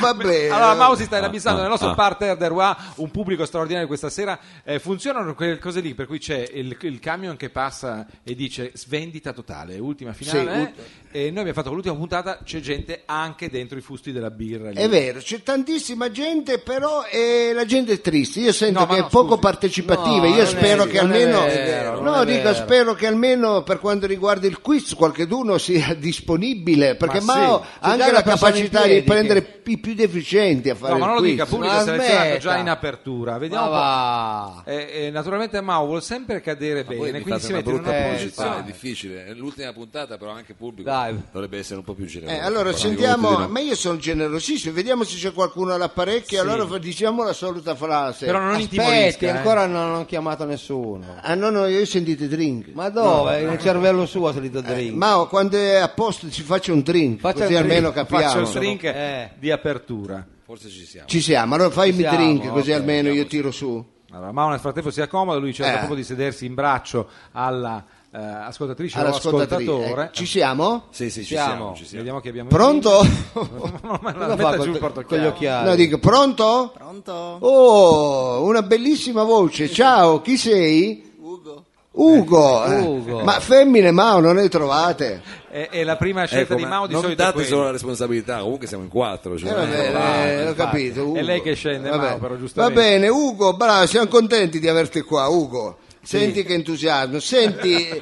Va bene.
Eh, Allora, Mau si sta inabissando nel nostro parterre de Roi, un pubblico straordinario questa sera. Eh, funzionano quelle cose lì, per cui c'è il, il camion che passa e dice svendita totale, ultima finale. eh? E noi abbiamo fatto l'ultima puntata, c'è gente anche dentro i fusti della birra. lì.
È vero, c'è tantissima gente, però eh, la gente è triste. Io sento
No, ma
che
no,
è poco
scusi.
partecipativa.
No,
Io
non
spero
è-
che
non è
almeno,
vero,
no,
non è
dico,
vero.
spero che almeno per quanto riguarda il quiz, qualcheduno sia disponibile. Perché
Ma sì,
Mao
c'è
ha
già
anche
una
la
persona
capacità
in piedi
di prendere i più deficienti a fare
No, ma
il
non lo
quiz.
dica, pubblico
Ma
selezionato già
smetta.
in apertura.
Ma
Vediamo un po'.
va.
Eh, eh, naturalmente Mao vuole sempre cadere
Voi
bene,
mi
quindi
fate
si
una
mette in
brutta Eh,
una
posizione, è
posizione.
difficile. È l'ultima puntata, però anche il pubblico
Dai.
dovrebbe essere un po' più generoso.
Eh, allora
Però
sentiamo,
dico, tutti
ma io sono generosissimo, vediamo se c'è qualcuno all'apparecchio, allora fa- diciamo la solita frase.
Però non
Aspetti,
intimorisca, eh.
ancora non ho chiamato nessuno.
Ah no, no, io ho sentito drink.
Ma dove? Il cervello suo ha
Eh,
salito drink.
Mao, quando è a posto ci faccia un drink,
Faccia
così
un drink,
almeno
Faccio
capiamo.
il drink
Eh.
di apertura.
di no. Forse ci siamo.
Ci siamo, allora fai il
Ci siamo,
drink
ok,
così almeno io tiro su.
Allora, Mao nel frattempo si accomoda, lui cerca
Eh.
proprio di sedersi in braccio alla eh, ascoltatrice o
All'ascoltatrice,
ascoltatore.
eh, ci siamo?
Sì, sì, ci
Siamo.
siamo. ci siamo.
Vediamo che abbiamo
Pronto?
No, ma la
Cosa fa
metta giù il
col- con gli
portachiavi.
occhiali?
No, dico pronto?
Pronto?
Oh, una bellissima voce. Ciao, chi sei?
Ugo?
Ugo. Eh,
Ugo.
Ma femmine Mao non le trovate?
E, e la prima scelta di
Ecco, ma
Mao di
non
solito è
date solo
quella.
la responsabilità, comunque siamo in quattro. Cioè,
Eh, vabbè, eh, l'ho capito. Ugo.
È lei che scende,
Vabbè.
Mao, però
Va
giustamente.
bene, Ugo, bravo, siamo contenti di averti qua, Ugo. Senti che entusiasmo. Senti,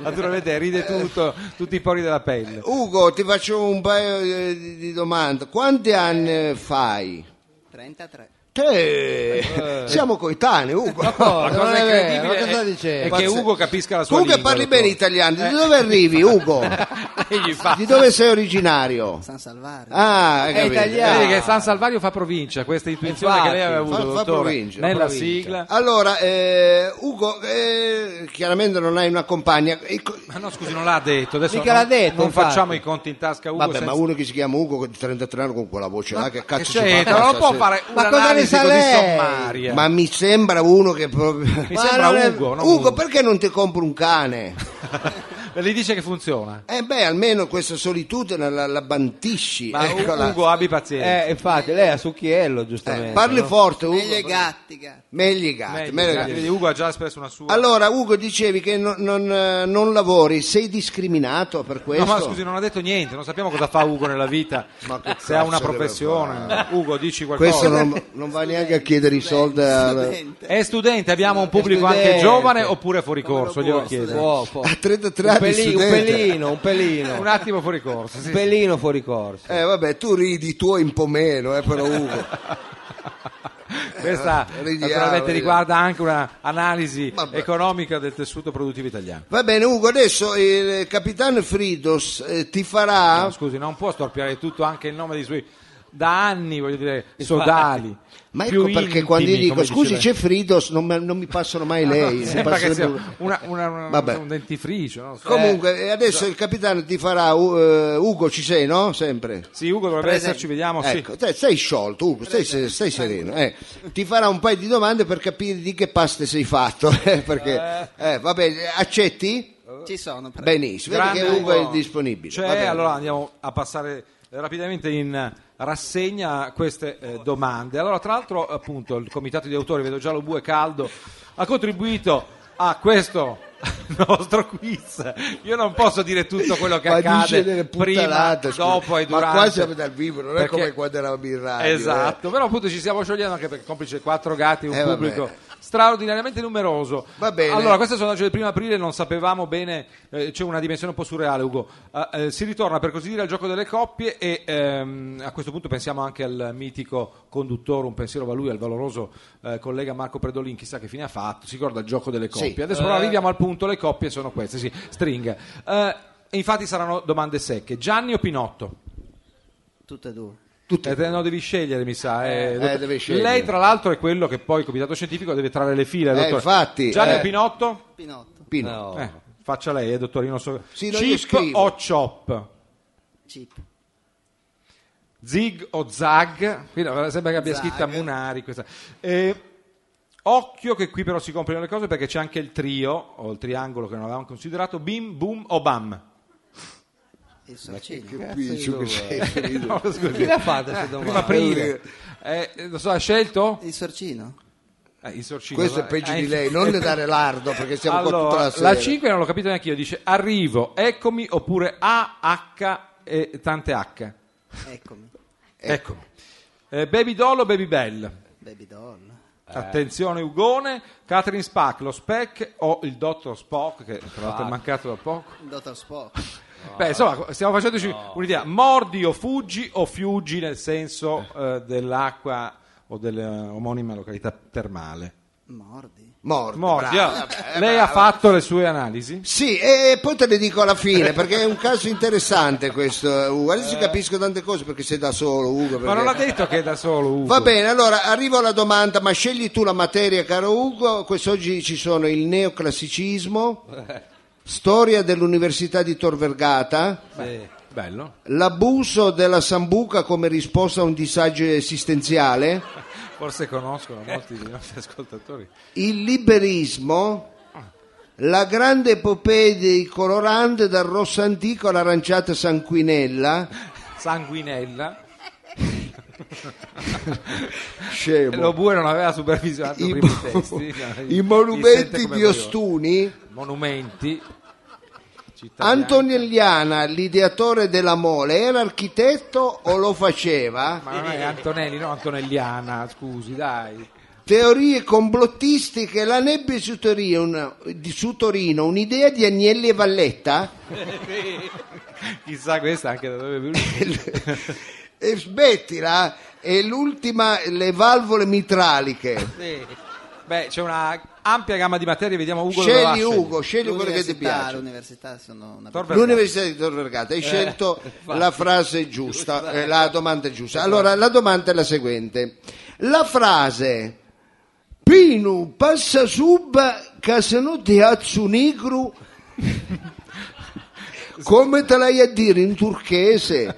Naturalmente ride tutto, tutti i pori della pelle.
Ugo, ti faccio un paio eh, di, di domande. Quanti anni fai?
33.
Te,
Eh.
siamo coetanei, Ugo.
cosa
Non è vero.
incredibile Ma cosa
è- Eh,
dice?
è che
Pazzesco.
Ugo capisca la sua
Comunque
lingua, Eh.
parli
dottor.
bene italiano. Di dove arrivi, Ugo?
E gli fa.
Di dove sei originario?
San Salvario.
Ah, hai
È
capito.
italiano.
Vedi che San Salvario fa provincia, questa intuizione
Infatti,
che lei aveva
fa-
avuto
fa
dottore,
provincia,
nella
provincia.
sigla.
Allora, eh, Ugo, eh, chiaramente non hai una compagna. E co-
Ma no, scusi, non l'ha detto. Adesso
Mica
non,
l'ha detto,
non
infatti.
facciamo i conti in tasca a Ugo.
Vabbè,
senza-
ma uno che si chiama Ugo con 33 anni con quella voce là, che
Che
cazzo ci
c'entra?
fa?
non può
Cazzo,
fare
Ma cosa
un'analisi
ne sa
così
lei?
sommaria.
Ma mi sembra uno che proprio...
Mi
Ma
sembra
non è-
Ugo, non
Ugo,
Ugo.
perché non ti compri un cane?
Lei dice che funziona.
Eh beh, almeno questa solitudine la, la bantisci. ecco
Ma
eccola.
Ugo abbi pazienza.
Eh, infatti, lei ha succhiello, giustamente.
Eh, parli
no?
forte, Ugo.
Meglio i gatti, gatti.
Meglio i gatti,
Meglio,
eh, meglio i
grazie.
gatti.
Eh, Vedi, Ugo ha già espresso una sua.
Allora, Ugo, dicevi che non, non, eh, non lavori, sei discriminato per
No,
questo?
ma scusi, non ha detto niente, non sappiamo cosa fa Ugo nella vita,
Ma che
se ha una
cazzo deve
professione. Ugo, dici qualcosa.
questo non, non va neanche a chiedere i soldi al...
Studente.
È studente, abbiamo un pubblico
studente.
anche giovane oppure fuori corso, glielo
Può,
chiedo.
può, può.
A 33
Un
anni
pelino, un
studente.
pelino, un pelino.
Un attimo fuori corso.
Un
sì.
pelino fuori corso.
Eh vabbè, tu ridi, tu hai un po' meno, eh, però Ugo.
Questa
Eh, ridiamo,
naturalmente
ridiamo.
riguarda anche un'analisi
Vabbè.
economica del tessuto produttivo italiano.
Va bene, Ugo, adesso il capitano Fridos eh, ti farà...
No, scusi, non può storpiare tutto anche il nome dei suoi da anni, voglio dire, sodali.
Ma ecco
più
perché
intimi,
quando io dico
come
scusi
diceva-
c'è Fridos non, mi- non mi passano mai lei. mi
sembra che
passano
sia
sempre-
una- una- una-
Vabbè.
un dentifricio. non so.
Comunque eh, adesso il capitano ti farà U- eh, Ugo ci sei no? Sempre.
Sì, Ugo dovrebbe esserci, vediamo. sì.
Ecco, te- stai sciolto, Ugo, stai, se- stai sereno. eh. Ti farà un paio di domande per capire di che paste sei fatto. eh, perché, eh, va bene, accetti?
Ci sono. pre-
Benissimo, vedi
Grande
che Ugo
Ugo.
è disponibile.
C'è,
va bene.
allora andiamo a passare eh, rapidamente in rassegna queste eh, domande. Allora, tra l'altro, appunto, il comitato di autori, vedo già lo bue caldo, ha contribuito a questo nostro quiz. Io non posso dire tutto quello che
Ma dice delle
accade prima,
puttanate, scusa.
dopo e
Ma
durante.
qua siamo dal vivo, non è
Perché-
come quando eravamo in radio, eh.
Esatto, però appunto ci stiamo sciogliendo anche perché complice quattro gatti, un
Eh, vabbè.
pubblico straordinariamente numeroso.
Va bene.
Allora, questo è il sondaggio del primo aprile, non sapevamo bene, eh, c'è una dimensione un po' surreale, Ugo. Ah, eh, si ritorna per così dire al gioco delle coppie e ehm, a questo punto pensiamo anche al mitico conduttore, un pensiero va lui, al valoroso eh, collega Marco Predolin, chissà che fine ha fatto, si ricorda il gioco delle coppie. Adesso però arriviamo al punto, le coppie sono queste, sì, string. Eh, e infatti saranno domande secche. Gianni o Pinotto?
Tutte e due.
Tutte. Eh, no, devi scegliere, mi sa. eh.
eh, devi scegliere. Eh,
Lei, tra l'altro, è quello che poi il comitato scientifico deve trarre le file. dottore.
infatti,
Gianni
eh.
o Pinotto?
Pinotto.
Pino.
No.
Eh, faccia lei, eh, dottorino. So-
Sì, no, io
Chip
scrivo.
o chop?
Chip.
Zig o zag? Qui no, sembra che abbia
Zag.
scritta Munari. Questa. Eh, occhio che qui però si compiono le cose perché c'è anche il trio, o il triangolo che non avevamo considerato, bim, boom o bam.
Il sorcino.
Capisci che sei Fridos.
No, scusi.
Chi l'ha fatta questa
Prima
domanda?
aprile. Eh, lo so, ha scelto?
Il sorcino.
Eh, il sorcino,
Questo è
dai.
peggio
Eh,
di lei, non le dare l'ardo perché siamo
allora,
qua tutta la
la,
sera.
5 non l'ho capito neanche io, dice arrivo, eccomi oppure AH e tante
Ecco.
H.
Eccomi.
Eccomi. Eh, baby doll o baby bell?
Eh.
Baby doll.
Attenzione Ugone, Catherine Spack, lo Speck o il dottor Spock che tra l'altro è mancato da poco.
Dottor Spock.
Beh, insomma, stiamo facendoci un'idea. Mordi o fuggi o fiuggi nel senso eh, dell'acqua o dell'omonima località termale.
Mordi.
Morto,
Mordi.
bravo.
ah.
Vabbè,
Lei ha
bravo.
fatto le sue analisi?
Sì, e poi te le dico alla fine perché è un caso interessante questo. Ugo. Adesso capisco tante cose perché sei da solo, Ugo.
Eh.
perché-
Ma non ha detto che è da solo Ugo.
Va bene, allora arrivo alla domanda, ma scegli tu la materia, caro Ugo. Quest'oggi ci sono il neoclassicismo, storia dell'Università di Tor Vergata,
Bello.
l'abuso della sambuca come risposta a un disagio esistenziale,
Forse conoscono molti dei nostri ascoltatori.
il liberismo, la grande epopea dei colorante dal rosso antico all'aranciata sanguinella.
Sanguinella, lo
Scemo.
bue non aveva supervisionato
I,
i primi
mo-
testi.
i
Li sente
monumenti
come
di
voleva.
Ostuni,
Monumenti. Città
Antonelliana, l'ideatore della mole, era architetto o lo faceva?
bianca. Ma non è Antonelli, no Antonelliana, scusi, dai.
Teorie complottistiche, la nebbia su Torino, su Torino un'idea di Agnelli e Valletta?
Chissà questa anche da dove è venuta.
E smettila, è l'ultima, le valvole mitraliche.
Sì. Beh, c'è una ampia gamma di materie, vediamo Ugo dove va a
Scegli
scegliere.
Ugo, scegli quello che ti
L'università,
piace.
l'università sono una...
Tor-
L'Università di Tor Vergata, hai scelto la frase giusta, eh, la domanda giusta. Allora, la domanda è la seguente. La frase Pinu passa sub casano di azzu negro come te l'hai a dire in turchese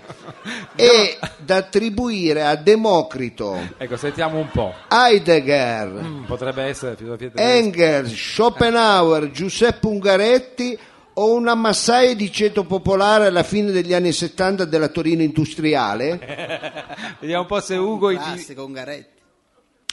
è da attribuire a Democrito,
Ecco, sentiamo un po'.
Heidegger,
Mm, Potrebbe essere filosofia tedesca.
Engels, Schopenhauer, Giuseppe Ungaretti Ho una massaia di ceto popolare alla fine degli anni 70 della Torino
Eh.
industriale.
Vediamo un po' se Ugo... Indi-
Classico, Ungaretti.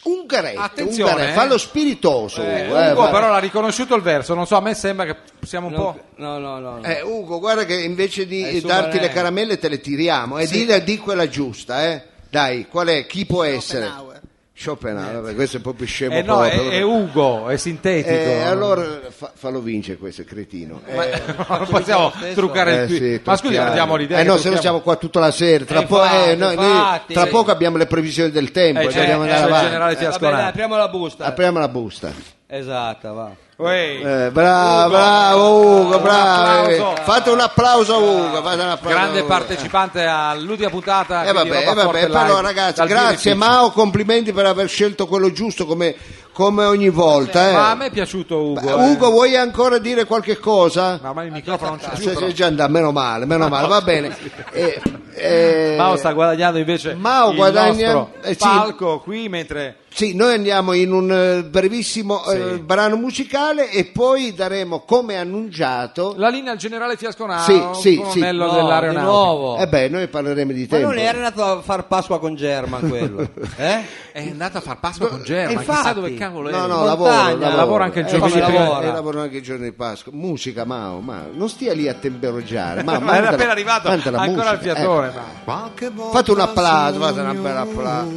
Ungaretto,
Attenzione,
Ungaretto,
eh.
fa lo spiritoso.
Eh,
eh,
Ugo
va-
però l'ha riconosciuto il verso, non so, a me sembra che siamo un po'...
No, no, no. no.
Eh, Ugo, guarda che invece di
Eh,
Hai il suo
darti le
valere.
caramelle te le tiriamo. E dille- di quella giusta, eh. Dai, qual è? Chi può essere?
Schopenhauer.
Schopenhauer, vabbè, questo è proprio scemo
Eh no, è,
proprio.
è Ugo, è sintetico.
Eh, allora fa- fallo vincere questo cretino. Eh,
non possiamo truccare
eh,
il tweet.
sì,
Ma scusi,
tocchiamo.
ma diamo l'idea.
Eh
che
no, se no
tocchiamo-
siamo qua tutta la sera. Tra,
Eh,
po- eh,
infatti,
no, noi-
infatti.
tra poco abbiamo le previsioni del tempo.
Eh,
e
cioè,
dobbiamo
eh,
andare
il
avanti.
generale
Eh, va
Fiascolà.
bene, apriamo la busta.
Apriamo la busta.
esatto, va.
Uè,
Eh, bravo, bravo Ugo, bravo.
applauso.
Fate un applauso a Ugo. fate un applauso a
grande
Ugo.
partecipante all'ultima puntata.
Eh
quindi
vabbè,
roba
eh vabbè,
forte
però
live
ragazzi,
dal Vino
grazie
Ufficio.
Mao, complimenti per aver scelto quello giusto come, come ogni volta. eh.
Ma a me è piaciuto Ugo.
Beh,
eh.
Ugo, vuoi ancora dire qualche cosa?
Ma ormai il microfono non c'è più.
Se
però.
sei già andato, meno male, meno male, va bene. Eh, eh,
Mao sta guadagnando invece
Mao
il
guadagna-
nostro
eh, sì.
palco qui mentre
Sì, noi andiamo in un eh, brevissimo eh, brano musicale e poi daremo, come annunciato,
la linea al generale Fiasconaro,
Sì, sì,
colonnello
Quello
No, di
dell'aeronautica.
nuovo.
eh beh, noi parleremo di
Ma
tempo.
non era andato a far Pasqua con Germa quello, eh?
È andata a far Pasqua con Germa,
infatti.
chissà dove cavolo è.
eh, No, no,
Montagna.
lavoro,
Lavora anche il
Eh,
giovedì
sì,
prima.
eh, lavoro anche il giorno di Pasqua. Musica, Mao, ma non stia lì a tempereggiare. Ma,
Ma era
mandala-
appena arrivato,
mandala
ancora al
musica,
fiatone.
eh.
ma-
Fate un applauso, fate un bel applauso.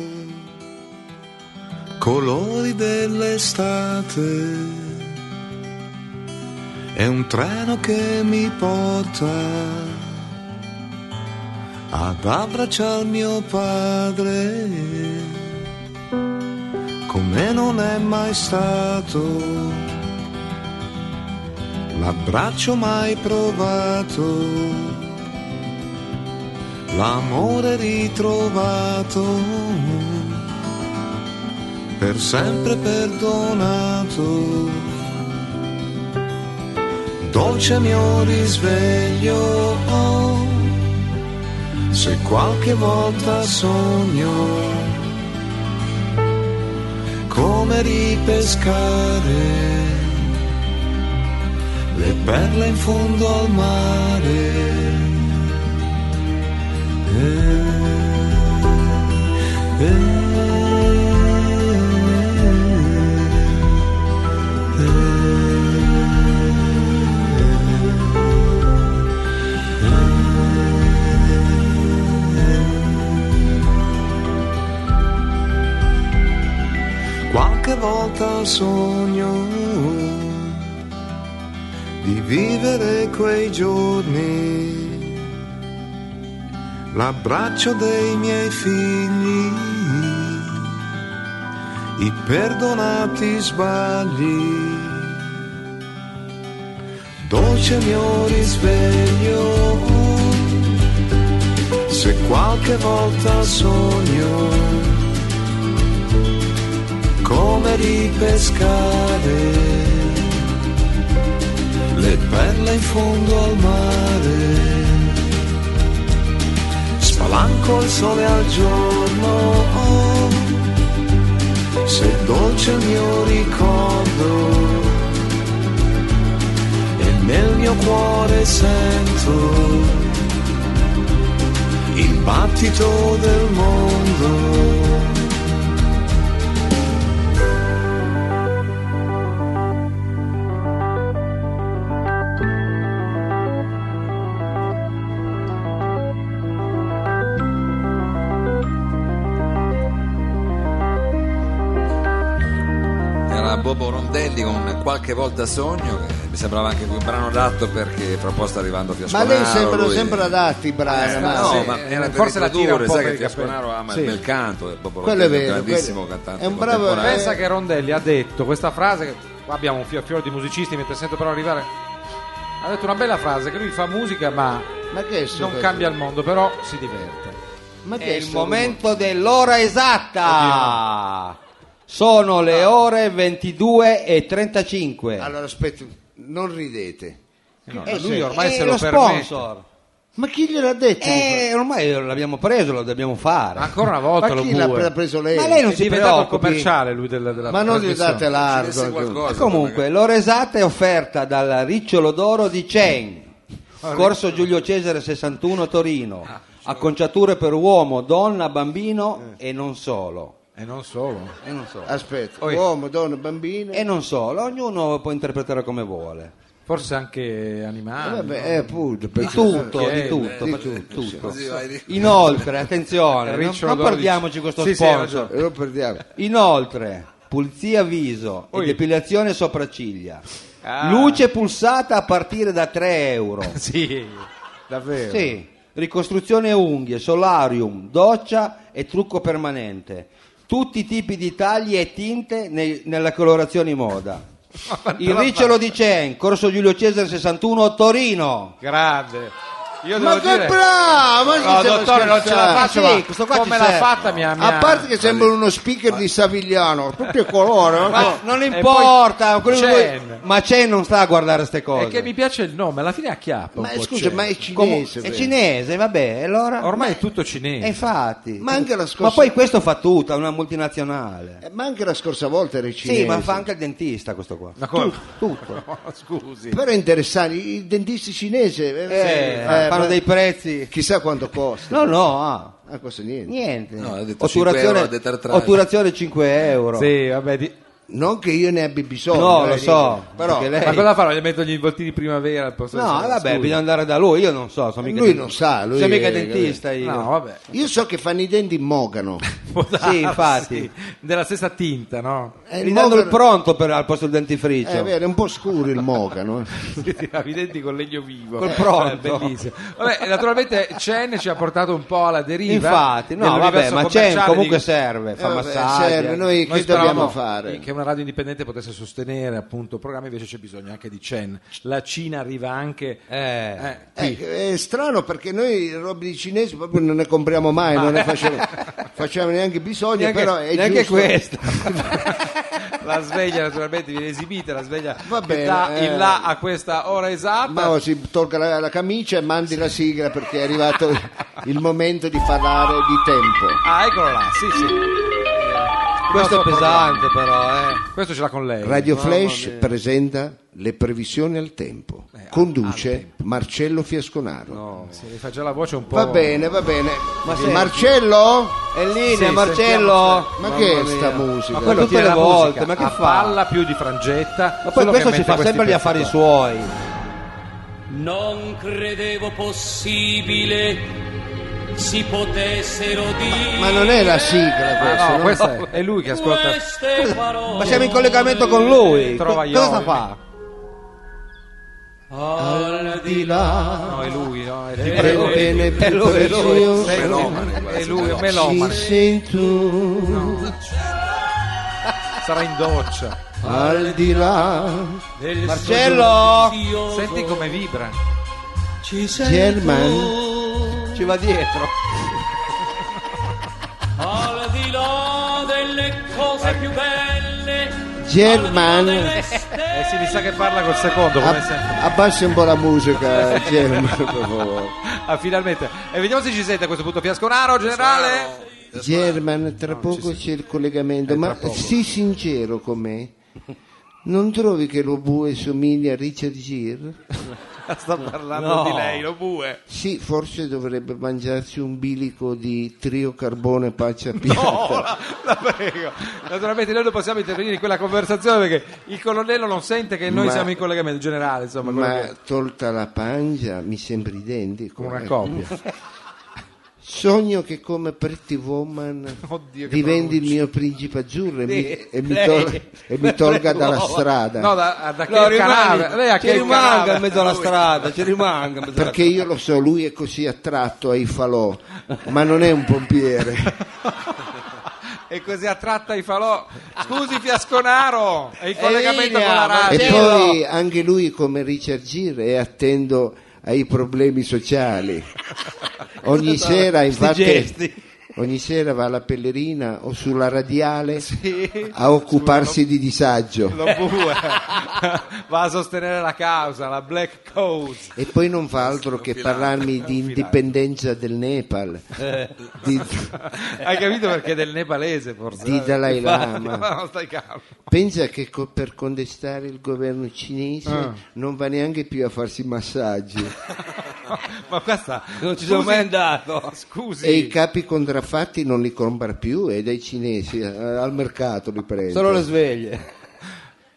colori dell'estate. È un treno che mi porta ad abbracciare mio padre, come non è mai stato. L'abbraccio mai provato, l'amore ritrovato per sempre perdonato. Dolce mio risveglio, oh, se qualche volta sogno come ripescare le perle in fondo al mare. Eh, eh, eh. qualche volta sogno di vivere quei giorni, l'abbraccio dei miei figli, i perdonati sbagli. Dolce mio risveglio, se qualche volta sogno come ripescare le perle in fondo al mare. Spalanco il sole al giorno, oh, se è dolce il mio ricordo e nel mio cuore sento il battito del mondo.
Era Bobo Rondelli con Qualche volta sogno, che mi sembrava anche un brano adatto perché proposta arrivando a
Ma
Fiasconaro.
lei sembra
lui-
sempre adatti, brano.
Eh,
ma-
no,
sì.
ma era
Forse
forse
la
la
tira un po'
sai
per
che
i capelli.
Fiasconaro ama
Sì.
il bel canto, è Bobo
Quello è
Rondelli,
vero,
un grandissimo
quello-
cantante.
è un bravo-
contemporaneo.
eh,
Pensa che Rondelli ha detto questa frase, che qua abbiamo un fio a fiore di musicisti mentre sento però arrivare, ha detto una bella frase che lui fa musica ma
Ma che è sto
non
coso?
cambia il mondo, però si diverte.
Ma
È
che
Eh, il
sto
momento dell'ora esatta. Sono le ore 22 e 35.
coso? Allora, aspetta, non ridete.
Eh no,
Eh,
lui
sì.
ormai
E
eh,
se lo,
lo
permette.
sponsor.
Ma chi gliel'ha detto? di
Eh, ormai l'abbiamo preso, lo dobbiamo fare.
Ancora una volta
Ma
lo
chi l'ha
bue.
pre- preso lei?
Ma lei non
è
si
diventato il
preoccupi.
commerciale lui della, della
Ma non gli
trasmissione.
date
Ci desse
l'ardo.
qualcosa,
Comunque, l'oresata è offerta dal Ricciolo d'Oro di Ceng, corso Giulio Cesare 61 Torino, acconciature per uomo, donna, bambino e non solo.
E Eh, non solo.
E non solo.
Aspetta,
Oi.
uomo, donna, bambino.
E non solo, ognuno può interpretare come vuole.
Forse anche animali.
Vabbè, eh, appunto,
Di
perché-
tutto,
perché-
di tutto,
di
fa-
tutto, sì.
tutto.
Così vai di-
Inoltre, attenzione, non,
Ricciolo
non
d'Oro
perdiamoci
dice-
questo
Sì, sì, hai
sponsor.
ragione.
E eh, lo perdiamo.
Inoltre, pulizia viso
Oi.
e depilazione sopracciglia.
Ah.
Luce pulsata a partire da 3 euro.
Sì, davvero.
Sì, ricostruzione unghie, solarium, doccia e trucco permanente. Tutti i tipi di tagli e tinte nei- nella colorazione in moda. Il ricciolo di Cen, Corso Giulio Cesare 61, Torino.
Grande. Io
Ma
devo
che
dire...
bravo! ma
No,
stiamo
dottore, non ce la
scherzando?
faccio.
Sì,
ma
questo qua
come
ci
l'ha
serve.
fatta mia, mia...
A parte che sembra uno speaker di Savigliano, tutto è colore. ma-
Ma non
e
importa,
poi
quello che
Cen.
vuoi- ma Cen non sta a guardare queste cose.
È che mi piace il nome, alla fine acchiappa un
Ma
po'
scusa,
c'è.
ma è
Comu-
cinese.
è
beh.
cinese, vabbè, allora...
Ormai è tutto cinese.
E infatti.
Ma anche la scorsa-
Ma poi questo fa tutta, una multinazionale.
Eh, Ma anche la scorsa volta era cinese.
Sì, ma fa anche il dentista questo qua.
Ma come-
Tutto.
No, scusi.
Però è interessante, i dentisti cinesi eh,
Eh, fanno
ma-
dei prezzi.
Chissà quanto costa.
No, no, ah,
Ah, costa niente.
niente.
No, ha detto 5
otturazione,
euro a detartrare.
otturazione 5 euro.
Sì, vabbè, di-
Non che io ne abbia bisogno.
No,
eh,
lo
dico.
so,
Però
perché lei-
Ma cosa farò? Gli metto gli involtini di primavera al posto
Eh. No,
del-
vabbè,
scusi.
bisogna andare da lui, io non so, sono mica
eh, Lui
dentista.
non sa, lui
sono mica
è-
dentista io.
No, vabbè.
io so che fanno i denti in mogano.
Può darsi.
infatti.
Della stessa tinta, no?
Eh,
Gli danno il
mogano-
pronto per- al posto del dentifricio.
Eh, è vero, è un po' scuro il mogano. eh.
evidenti con legno vivo
Col pronto.
Eh, bellissimo vabbè naturalmente Chen ci ha portato un po' alla deriva
Infatti, no, vabbè,
dell'universo
ma Cen
commerciale
comunque
di-
serve, fa
Eh, vabbè,
massaggi.
serve, noi che
speravamo
dobbiamo fare?
che una radio indipendente potesse sostenere appunto programmi invece c'è bisogno anche di Chen la Cina arriva anche
Eh.
eh,
Eh, è strano perché noi robe di cinesi proprio non ne compriamo mai, non ne facciamo, facciamo neanche bisogno,
Neanche,
però è
neanche
giusto-
questo.
la sveglia naturalmente viene esibita la sveglia
Va
che
bene,
dà
eh.
il là a questa ora esatta
Ma oh, si tolga la, la camicia e mandi la sigla perché è arrivato il momento di parlare di tempo.
ah eccolo là sì sì
questo è
nostro
pesante però, eh.
questo ce l'ha con lei
Radio Flash presenta le previsioni al tempo.
Eh,
Conduce Marcello Fiasconaro.
si fa già la voce un po'
Va bene, va bene.
Ma senti.
Marcello?
È lì,
Sì,
Marcello.
Ma che è sta musica?
Ma quello
Tutte
tutte le volte, ma che
a
fa?
palla più di frangetta.
Ma poi
solo
questo
che
ci
mette
fa
questi
sempre gli
pezzi
affari
qua.
suoi.
Non credevo possibile si potessero dire
Ma non è la sigla questa,
Ah, no,
no?
questo è, è lui che ascolta.
queste parole.
Ma siamo in collegamento con lui.
Trova
Co- cosa
Iovine.
fa?
Al di là
No, è lui, no? È,
Prego
è-
bene,
è lui, è lui.
prezioso.
è- è-
Melomane, guarda,
è lui, è
Ci
melomane.
melomane.
sei tu
Sarà in doccia.
al di là
del
Marcello!
sogno
Senti come vibra.
ci sei
German
tu.
Ci va dietro.
al di là delle cose più belle
German
E si Eh mi sa che parla col secondo,
Ah.
come sempre.
Ab- abbassi un po' la musica German per favore
Ah, finalmente. E vediamo se ci sente a questo punto. Fiasconaro, generale.
German tra poco c'è il collegamento ma sii sincero con me non trovi che lo bue somiglia a Richard Gere?
Sta parlando di lei, lo bue.
Sì, forse dovrebbe mangiarsi un bilico di trio carbone paccia pianta.
La prego. Naturalmente noi non possiamo intervenire in quella conversazione perché il colonnello non sente che noi
Ma-
siamo in collegamento in generale, insomma, quello
Ma
che-
tolta la pancia, mi sembra i denti.
con
come-
una coppia.
Sogno che come Pretty Woman
Oddio, che
diventi il
pronuncia.
mio principe azzurro e mi, e mi
lei.
tol- e mi tolga dalla strada.
No, da, da che
No, rimani-
canale? Lei a
ci
che
rimanga in
canale?
mezzo alla strada, ci rimanga in mezzo alla
Perché io lo so, lui è così attratto ai falò, ma non è un pompiere.
E così attratta i falò. Scusi Fiasconaro, è il
È
collegamento
linea,
con la
E
radio.
Marcello.
poi anche lui come Richard Gere è attento ai problemi sociali. Ogni sera
strada. Sti
infatti
gesti.
ogni sera va alla pellerina o sulla radiale a occuparsi di disagio.
Lo bue. va a sostenere la causa, la Black Cause.
E poi non fa altro che parlarmi di indipendenza del Nepal,
Eh.
di,
Hai capito perché è del nepalese forse?
di Dalai Lama.
Ma non stai calmo.
Pensa che co- per contestare il governo cinese
Ah.
non va neanche più a farsi massaggi
Ma questa
Non ci sono
Scusi-
mai andato.
Scusi.
e i capi contraffatti non li compra più e dai cinesi eh, al mercato li prende.
Solo le sveglie.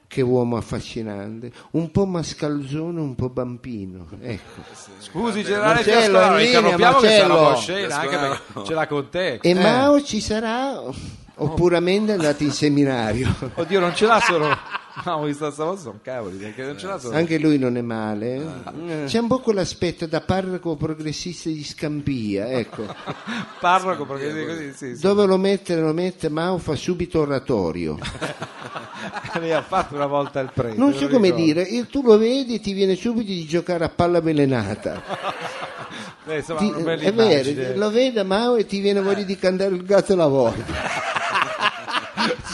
Che uomo affascinante, un po' mascalzone, un po' bambino. Ecco.
Scusi generale
Marcello,
Fiascolaro,
in linea,
interrompiamo che c'è la
Marcello.
scena, anche perché ce l'ha con te.
E Mao ci sarà
Oh.
oppure è andato in seminario?
Oddio, non ce l'ha solo. No, questa stavolta sono cavoli, perché non ce l'ha solo.
Anche lui non è
Ah.
male. eh? C'è un po' quell'aspetto da parroco progressista di Scampia, ecco.
Parroco, perché così sì, sì.
Dove lo mette, lo mette, Mao fa subito oratorio.
Lei ha fatto una volta il prete.
Non
te
so
lo
come
ricordo.
dire, e tu lo vedi e ti viene subito di giocare a palla velenata.
Eh, insomma,
Ti-
una bella
è vero,
immagine. Eh.
lo vede Mao e ti viene voglia di cantare il gatto alla volta.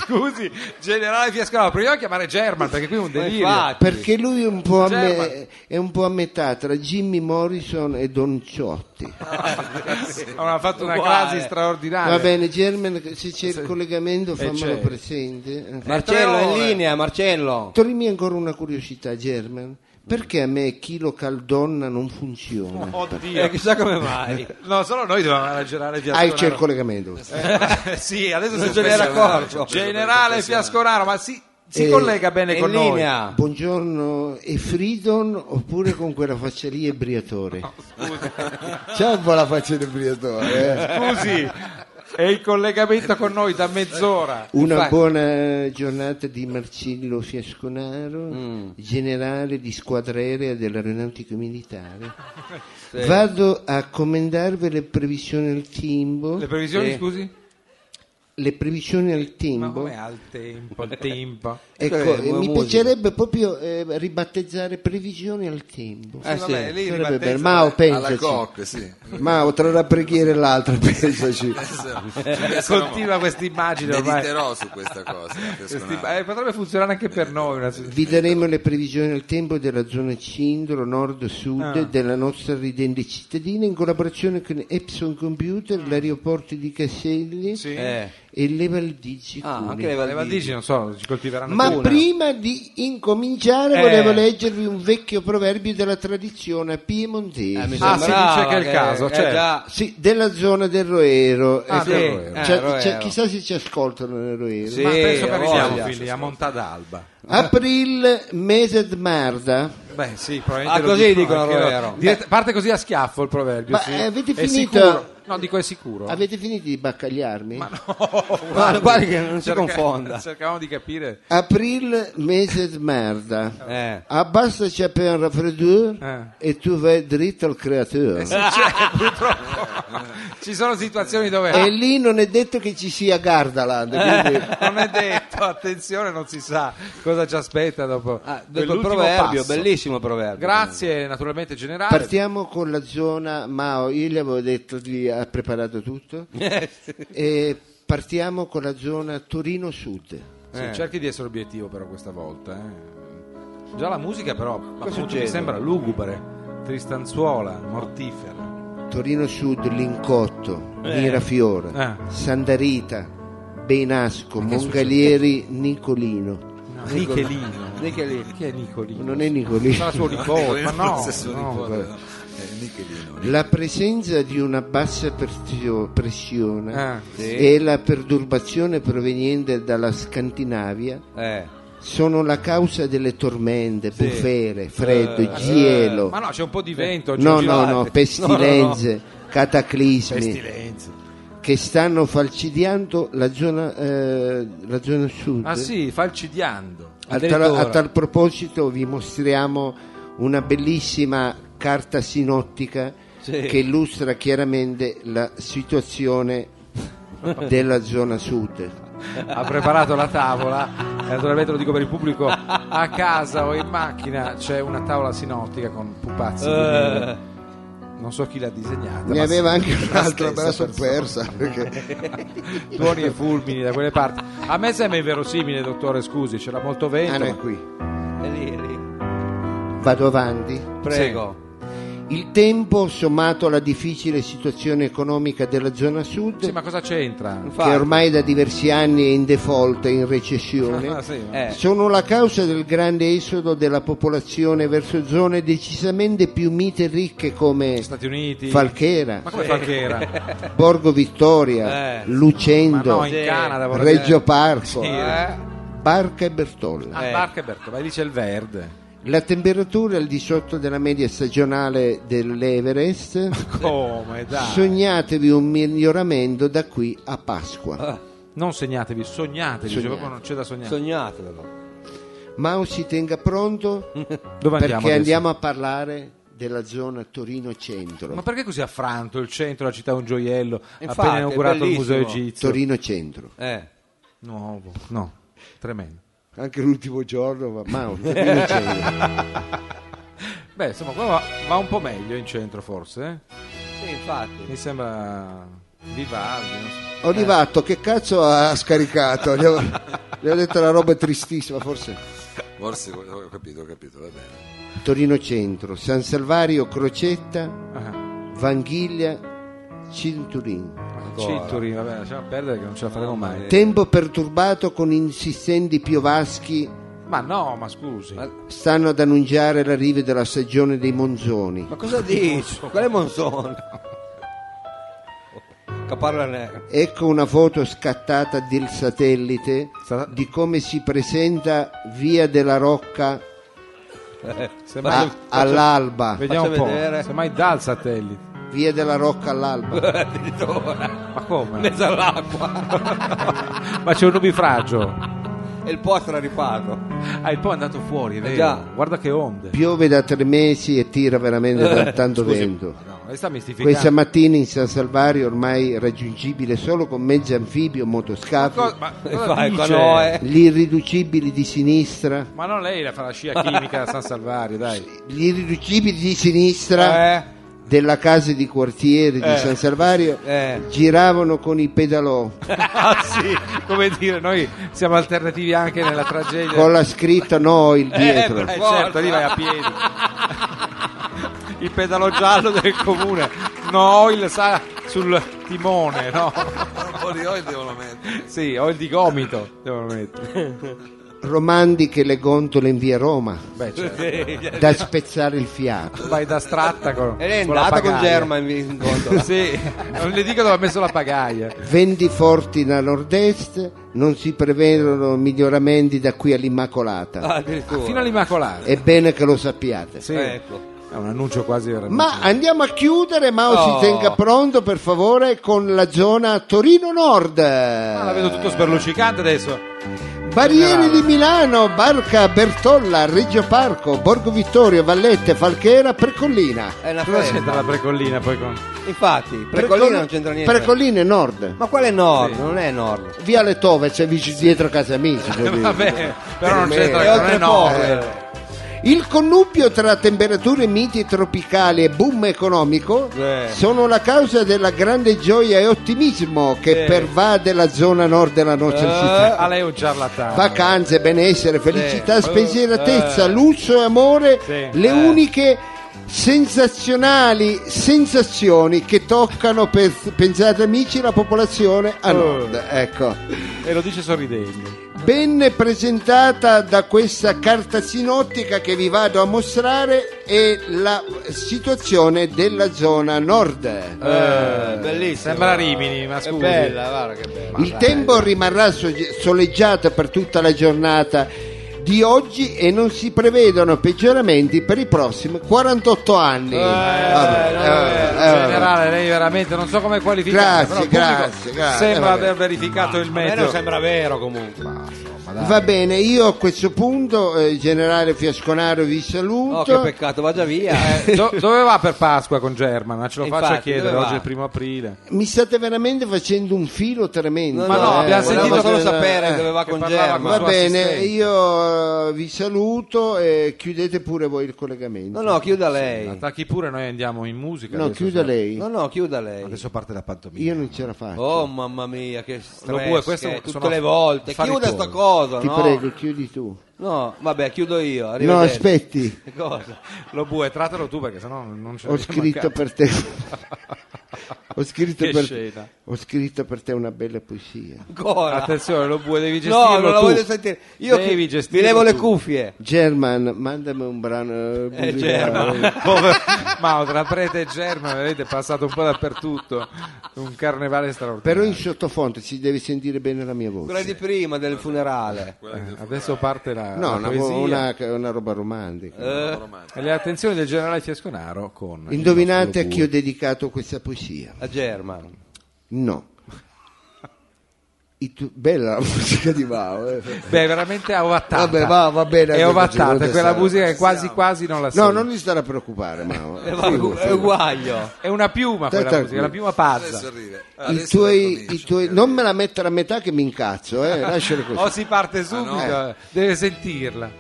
Scusi, generale Fiascolaro, proviamo a chiamare German perché qui è un delirio.
infatti.
Perché lui è un, po a me-
Ah, German.
è un po' a metà tra Jimmy Morrison e Don Ciotti.
Ah, Ha fatto una
Uguale.
crasi straordinaria.
Va bene, German, se c'è il
Eh,
collegamento fammelo
c'è.
presente.
Marcello
tre
è in
ore.
linea, Marcello.
Toglimi ancora una curiosità, German. Perché a me Chilo Caldonna non funziona?
Oddio.
Eh, chissà come mai.
No, solo noi dovevamo ragionare
Ah,
Fiascolaro.
c'è il collegamento.
Eh. sì, adesso si
ce n'era
professionale.
accorto.
Generale Fiascolaro, ma si, si
Eh,
collega
È
bene con
in
noi.
linea.
Buongiorno, e Fridon oppure con quella faccia lì ebriatore? C'è un po' la faccia di ebriatore. eh?
Scusi, è il collegamento con noi da mezz'ora.
Una
Infatti-
buona giornata di Marcello Fiasconaro,
Mm.
generale di squadra aerea dell'aeronautica militare. Vado a commendarvi le previsioni al timbo.
Le previsioni,
Sì.
scusi?
le previsioni al
Ma
timbo.
come Cioè, al tempo, al tempo.
Ecco,
Eh,
eh, mi
musica.
piacerebbe proprio eh, ribattezzare previsioni al tempo.
Eh,
Sì, vabbè,
sì.
lei
Sarebbe
ribattezza-
bello. Mao,
alla
eh, pensaci.
coppia, sì.
Mao, tra una preghiera e l'altra, pensaci.
Eh,
Continua questa immagine ormai.
Mediterò su questa cosa. Fiascolaro.
Questi- eh, potrebbe funzionare anche per noi. Una...
Vi daremo le previsioni al tempo della zona Cindro, nord-sud,
Ah.
della nostra ridente cittadina in collaborazione con Epson Computer, l'aeroporto di Caselli
Mm. Sì.
Eh.
e le Valdici.
Ah,
Cuneo.
anche le
Le Valdici,
Valdigi.
non so, ci coltiveranno
Ma
una.
prima di incominciare
Eh.
volevo leggervi un vecchio proverbio della tradizione piemontese.
Eh, Mi
Ah, si
sembrava
dice che è il caso,
eh,
certo.
già.
Sì, della zona del Roero.
Ah,
Ecco,
sì.
c'è-
Eh,
c'è-
Roero.
chissà se ci ascoltano nel Roero.
Sì.
Ma penso che
Eh,
arriviamo
voglia.
figli, a Montadalba.
April, mese di Marda.
Beh, sì, probabilmente.
Ah,
lo
così
dicono,
dicono,
perché
Rovero.
dirett- parte così a schiaffo il proverbio.
Ma,
sì.
eh, avete
È
finito-
sicuro. No, dico è sicuro.
Avete finito di baccagliarmi?
Ma guardi che non si
Cerca-
confonda.
Cercavamo di capire.
April, mese di Marda.
Eh.
Abbassaci per un raffreddore e tu vai dritto al creatore.
Ci sono situazioni dove
E lì non è detto che ci sia Gardaland. quindi-
non è detto, attenzione, non si sa cosa ci aspetta dopo.
Ah, bel
quell'ultimo
proverbio,
passo.
bellissimo proverbio.
Grazie, naturalmente, generale.
Partiamo con la zona Mao, io gli avevo detto di ha preparato tutto. E partiamo con la zona Torino Sud.
Sì,
Eh.
Cerchi di essere obiettivo, però, questa volta. eh. Già la musica, però, appunto, mi sembra lugubre, tristanzuola, mortifera.
Torino Sud, Lincotto, Mirafiore,
Ah.
Sandarita, Benasco, Mongalieri, Nicolino.
Nichelino.
Nichelino.
Chi è Nicolino?
Non è
Sarà
Nicolino.
suo nipote, ma no,
Forse suo
no,
nipote,
vabbè.
no? Eh, Nichelino.
La presenza di una bassa persio- pressione
Ah,
e la perturbazione proveniente dalla Scandinavia
Eh.
sono la causa delle tormente, bufere, freddo, gelo.
Eh. Ma no, c'è un po' di vento. c'è
No,
un
no,
girato.
no, pestilenze, cataclismi che stanno falcidiando la zona, eh, la zona sud.
Ah sì, falcidiando.
a, tal, a tal proposito vi mostriamo una bellissima carta sinottica
Sì.
che illustra chiaramente la situazione della zona sud.
Ha preparato la tavola. e Naturalmente lo dico per il pubblico a casa o in macchina c'è una tavola sinottica con pupazzi. di
Eh.
vino. Non so chi l'ha disegnata.
Ne
ma
aveva
sì,
anche
la
un'altra, me la
stessa
sono persa.
persona.
perché-
Tuoni e fulmini da quelle parti. A me sembra inverosimile, dottore, scusi, c'era molto vento.
Ah, no,
ma-
è qui.
È lì, è lì.
Vado avanti.
Prego.
Il tempo, sommato alla difficile situazione economica della zona sud,
Sì, ma cosa c'entra?
che ormai da diversi anni è in default, è in recessione,
Ah, sì, ma-
Eh,
sono la causa del grande esodo della popolazione verso zone decisamente più mite e ricche come
Stati Uniti.
Falchera,
Ma come Falchera?
Borgo Vittoria,
Eh.
Lucendo,
Ma no, in Canada vorrei
Reggio Parco,
Sì.
Eh?
Barca e Bertolla.
Ah, Barca e Berto, ma lì c'è il verde.
La temperatura al di sotto della media stagionale dell'Everest.
Come, dai.
Sognatevi un miglioramento da qui a
Oh.
Pasqua.
Ah,
non segnatevi, sognatevi, cioè
Sognate.
proprio non c'è da sognare.
sognatelo.
Mao si tenga pronto
Dove
perché
andiamo adesso?
andiamo a parlare della zona Torino Centro.
Ma perché così affranto il centro, la città è un gioiello,
Infatti,
appena inaugurato il museo
bellissimo.
egizio?
Torino Centro.
Eh.
Nuovo, no, tremendo.
Anche l'ultimo giorno, ma Mao, Torino Centro.
Beh, insomma, qua va, va un po' meglio in centro forse. eh?
Sì, infatti.
Mi sembra Vivaldi, non so.
Olivato, che cazzo ha scaricato? Gli ho, gli ho detto una roba tristissima, forse.
Forse ho capito, ho capito, va bene.
Torino Centro, San Salvario, Crocetta,
Ah,
Vanghiglia, Cinturin.
Cinturini, vabbè, lasciamo perdere che non ce la faremo mai.
Tempo perturbato con insistenti piovaschi
Ma no, ma scusi.
Ma-
stanno ad annunciare l'arrivo della stagione dei monzoni
Ma cosa dici? Qual è Monzon? Caparra
ecco una foto scattata del satellite
Sta-
di come si presenta via della Rocca
Sembra-
a- all'alba
Vediamo un
Faccia
po'.
vedere.
Semmai dal satellite.
via della Rocca all'alba
addirittura
Ma come?
mezzo all'acqua
ma c'è un nubifragio.
e il posto era riparto.
Ah, il po' è andato
Eh,
fuori, è vero.
già.
Guarda che onde. Eh,
piove da tre mesi e tira veramente da tanto vento
No, lei sta mistificando.
questa mattina in San Salvario ormai raggiungibile solo con mezzi anfibi o motoscafi
Co- ma cosa
Vai,
dice?
Canoe.
gli irriducibili di sinistra
Ma non lei la fa la scia chimica a San Salvario, dai.
gli irriducibili di sinistra
Eh,
della casa di quartiere di San Salvario
eh.
giravano con i pedalò
ah sì, come dire, noi siamo alternativi anche nella tragedia.
con la scritta no il dietro
Eh, certo, lì vai a piedi. Il pedalo giallo del comune. No, il sa sul timone, no?
Un po' di oil devono mettere.
Sì, ho il di gomito, devono mettere.
Romandi che le gondole in via Roma
Beh, certo.
da spezzare il fiato
Vai da stratta con
E lei Eh, è
con la
andata con
pagaia.
Germa in, in gondola.
Sì, non le dico dove ha messo la pagaia.
venti forti da nord-est non si prevedono miglioramenti da qui all'Immacolata
Ah, addirittura.
Fino all'Immacolata.
è bene che lo sappiate
Sì.
Eh, Ecco.
È un annuncio quasi veramente.
ma andiamo a chiudere Mao
Oh.
si tenga pronto per favore con la zona Torino Nord
Ah, la vedo tutto sberluccicante adesso.
Barriere di Milano, Barca, Bertolla, Reggio Parco, Borgo Vittorio, Vallette, Falchera, Precollina.
È una
Cosa
festa.
c'entra la precollina poi con.
Infatti, Precolina non c'entra niente.
Precollina è nord.
Ma qual è nord? Non è nord.
Via Letove c'è vicino dietro casa mia. si può dire.
Vabbè, però non c'entra
E
non è
oltre
nord. Eh,
poco.
Il connubio tra temperature miti tropicali e boom economico
Eh.
sono la causa della grande gioia e ottimismo che
Eh.
pervade la zona nord della nostra città.
Ah, lei è un ciarlatano.
Vacanze, benessere, felicità,
Eh.
spensieratezza,
Eh.
lusso e amore,
Sì.
le uniche sensazionali sensazioni che toccano, per, pensate amici, la popolazione
Oh.
a nord. Ecco.
E lo dice sorridendo.
Ben presentata da questa carta sinottica che vi vado a mostrare è la situazione della zona nord.
Eh, bellissimo.
Sembra Rimini, ma
È
scusi.
bella, guarda che bella.
Il tempo rimarrà sogge- soleggiato per tutta la giornata di oggi e non si prevedono peggioramenti per i prossimi 48 anni. Vabbè, eh, eh,
Generale, lei veramente non so come qualificare.
Grazie, grazie, grazie.
Sembra
Eh, vabbè.
aver verificato il
A me non
mezzo.
sembra vero comunque.
Va bene, io a questo punto, eh, generale Fiasconaro, vi
Oh,
saluto.
che peccato, va già via.
Do- dove va per Pasqua con German? Ma ce lo
Infatti,
faccio chiedere,
dove va?
oggi è il primo aprile.
Mi state veramente facendo un filo tremendo.
Ma no, abbiamo
Eh,
sentito
volevamo solo
eh,
sapere
eh.
dove va
che
con
parlava
Germa.
con
Va
suo
bene,
assistente.
io eh, vi saluto e chiudete pure voi il collegamento.
No, no, chiuda lei.
Attacchi pure, noi andiamo in musica.
No,
adesso,
chiuda
se-
lei.
No, no, chiuda lei.
Adesso parte la pantomima.
Io non ce la faccio.
Oh mamma mia, che
Lo
stress,
vuoi, questo
che-
sono
tutte le volte.
affari
Chiuda
tuoi.
sta cosa,
Ti
no?
prego, chiudi tu.
No, vabbè, chiudo io.
No,
arrivederci.
aspetti,
Che Cosa?
Lo bue, trattalo tu perché sennò non ce
ho
la siamo
scritto
a
per te. Ho scritto,
Che
per,
scena.
ho scritto per te una bella poesia.
ca-
Ancora.
Attenzione, lo bue, devi gestirlo
No, non la
tu.
voglio sentire. Io
Devi
chi- mi
gestirlo
levo le
tu.
cuffie.
German, mandami un brano eh, musicale.
German.
Povero- Ma tra prete e germa avete passato un po' dappertutto. Un carnevale
Però
straordinario.
in sottofondo si deve sentire bene la mia voce.
Quella di prima del funerale.
Eh, adesso parte la,
No, una,
la poesia
una- una roba romantica.
romantico.
e le attenzioni del generale Fiasconaro con
Indovinate a chi ho dedicato questa poesia?
A German.
No. I tu- Bella la musica di Mao. eh.
Beh, veramente è ovattata.
Vabbè, va- va bene
È
anche
ovattata,
così,
è quella
non
musica che quasi quasi non la
No,
sento.
non ti stare a preoccupare, Mao.
Eh, va- È uguaglio.
È una piuma quella
Stai
musica,
tranquillo.
la piuma pazza.
Adesso arriva.
I
Adesso
tuoi,
comincio.
i tuoi- non me la mettere a metà che mi incazzo, eh. lasciare così.
O si parte subito,
Ah,
deve sentirla.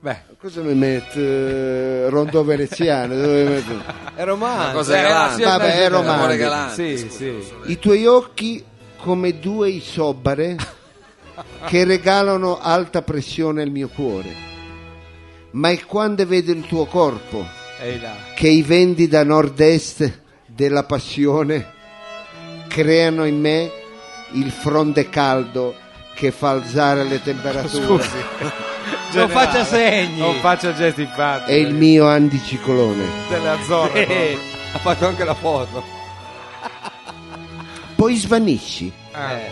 Beh,
Cosa mi mette? eh, Rondò veneziano? dove mi mette?
È romano.
Cosa
eh,
galante.
la-
Vabbè, è
Amore
romantico.
galante.
Sì,
scusa,
sì.
posso leggere?
I tuoi occhi come due isobare che regalano alta pressione al mio cuore. Ma è quando vedo il tuo corpo
ehi là.
che i venti da nord-est della passione creano in me il fronte caldo che fa alzare le temperature
Scusi.
Non
Generale,
faccia segni.
Non faccia gesti infatti.
e il mio anticiclone.
delle Azzorre.
Eh,
proprio.
ha fatto anche la foto.
Poi svanisci
Ah,
Eh,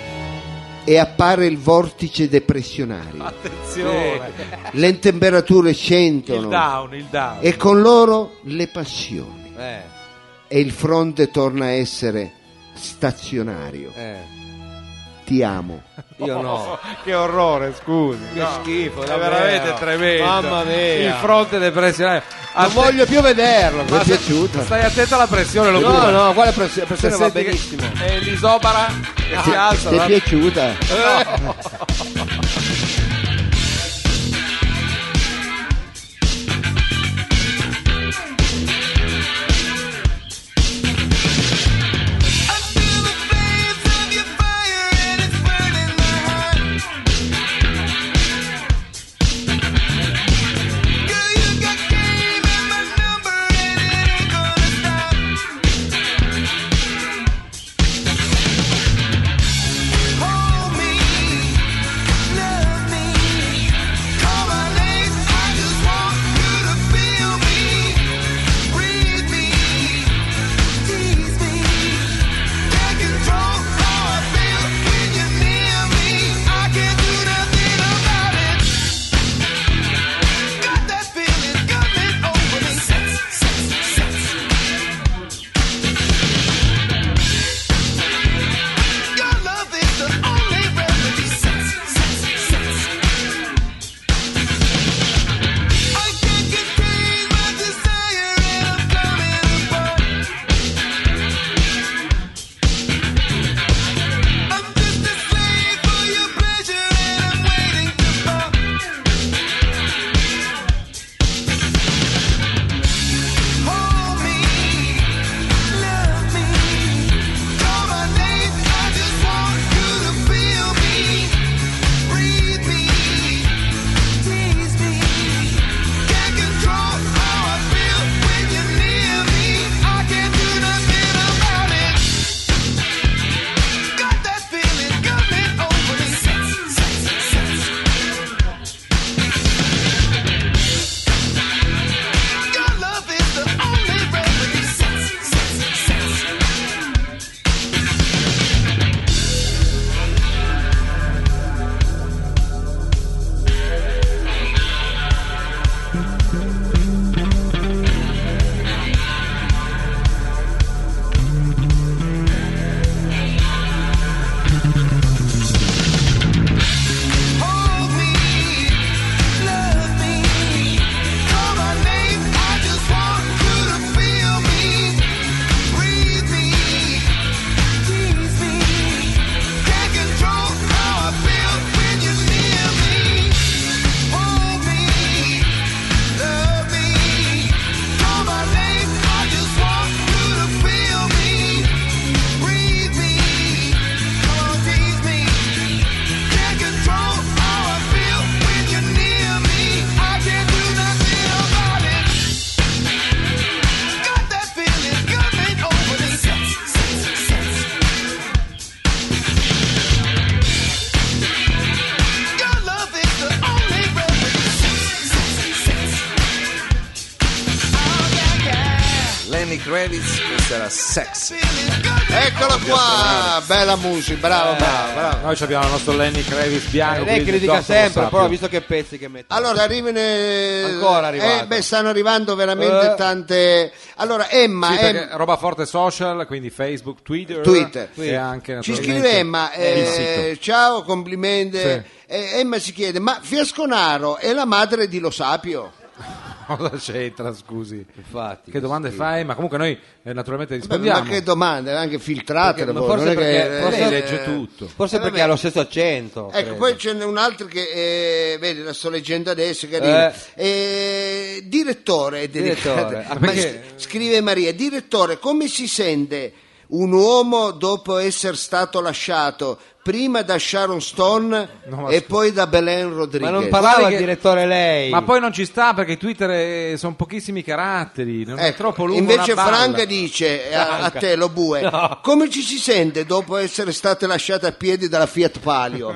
e appare il vortice
Ah,
depressionario.
Attenzione.
Le temperature
Il
scendono
down, il down.
e con loro le passioni.
eh,
e il fronte torna a essere stazionario.
eh.
Ti amo.
Io no.
Che orrore, scusi.
Che schifo,
è
davvero.
veramente tremendo.
Mamma mia.
Il fronte depressionario.
Non
Atte-
voglio più vederlo.
Mi è piaciuta.
ah, Stai attento alla pressione, lo
No,
bue.
no, quale pressione?
Se
pressione va
senti che-
benissimo.
E l'isobara che si alza.
Ti
va-
è piaciuta?
Hold me
questa era sexy.
Eccolo qua, bella musica, bravo, bravo, Eh, bravo.
Noi ci abbiamo il nostro Lenny Kravis bianco.
Lei
quindi
critica
Dottor lo
sempre,
sa
però ho
più.
visto che pezzi che mette.
Allora arrivano eh,
Ancora arrivato.
eh, beh, stanno arrivando veramente
Eh.
tante. Allora Emma,
Sì,
Em-
perché roba forte social, quindi Facebook, Twitter,
Twitter.
e anche
ci
naturalmente
scrive Emma, eh,
il sito.
ciao, complimenti.
Sì.
Eh, Emma si chiede, ma Fiasconaro è la madre di Lo Sapio?
Cosa c'entra, scusi?
Infatti,
Che domande
sì.
fai? Ma comunque noi eh, naturalmente
Beh,
rispondiamo.
ma che domande, anche filtrate.
Perché- ma
poi,
forse
non è che-
perché- forse-
Lei
eh,
legge tutto.
Forse perché ha lo stesso accento.
Ecco,
credo.
poi ce n'è un altro che, eh, vedi, la sto leggendo adesso, che
Eh.
eh, direttore, è delicato.
Direttore, ah,
Ma
perché-
sc- scrive Maria, direttore, come si sente un uomo dopo essere stato lasciato prima da Sharon Stone
No, ma
e
scusa.
poi da Belen Rodriguez?
Ma non parlava
Guardi
il
che-
direttore lei.
Ma poi non ci sta perché Twitter sono pochissimi caratteri, non è
Ecco,
troppo lungo.
invece
una balla.
Franca dice eh, a, a te lo bue come ci si sente dopo essere state lasciate a piedi dalla Fiat Palio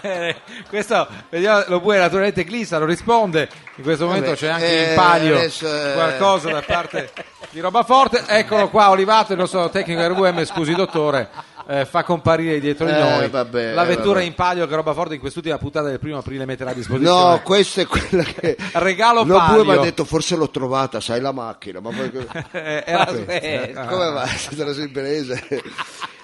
Eh, questo vediamo, lo puoi naturalmente Clissa lo risponde in questo momento
Vabbè,
c'è anche
eh,
in palio
adesso, eh.
qualcosa da parte di roba forte eccolo qua Olivato il nostro tecnico RVM scusi dottore eh, fa comparire dietro di
Eh,
noi
vabbè,
la vettura
vabbè.
in palio che roba forte in quest'ultima puntata del primo aprile metterà a disposizione
No, questa è quella che.
Regalo
Lo
palio.
bue mi ha detto, forse l'ho trovata, sai la macchina, ma poi. come
Eh, era questo.
va? Te la sei presa?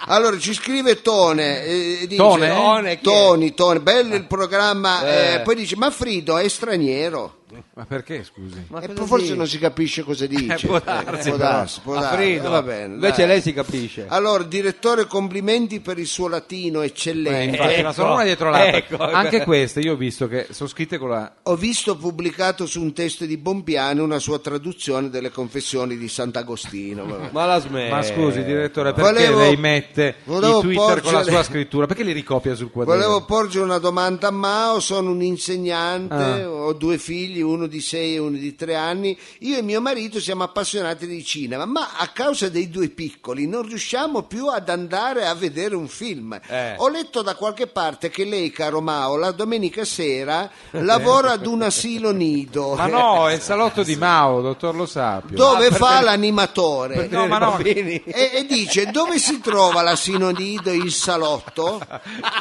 Allora ci scrive Tone. eh, dice-
Tone?
Tone, chi è? Ah.
Toni, Tone, bello il programma. eh, poi dice, ma Frido è straniero.
ma perché scusi
Eh,
cosa
forse
dici?
non si capisce cosa dice.
può
Eh,
darsi,
può
però.
darsi, può
A
darsi, Eh,
Frido.
va bene,
Invece
dai.
lei si capisce.
Allora, direttore, complimenti per il suo latino eccellente.
Infatti,
ecco,
ma sono una dietro l'altra
ecco.
anche queste io ho visto che sono scritte con la
Ho visto pubblicato su un testo di Bompiani una sua traduzione delle confessioni di Sant'Agostino. vabbè.
Ma la smetta.
Ma scusi, direttore, perché
Volevo-
lei mette i
volevo
Twitter con la
porgere-
sua scrittura? Perché li ricopia sul quaderno?
Volevo porgere una domanda a Mao, sono un insegnante,
Ah.
ho due figli, uno di sei e uno di tre anni. Io e mio marito siamo appassionati di cinema, ma a causa dei due piccoli non riusciamo più ad andare a vedere un film.
Eh.
Ho letto da qualche parte che lei, caro Mao, la domenica sera lavora ad un asilo nido.
Ma no, Ah, è il salotto di Mao, dottor Lo Sapio.
Dove fa l'animatore?
Eh,
No, ma no,
Bambini.
e, e dice dove si trova l'asino nido il salotto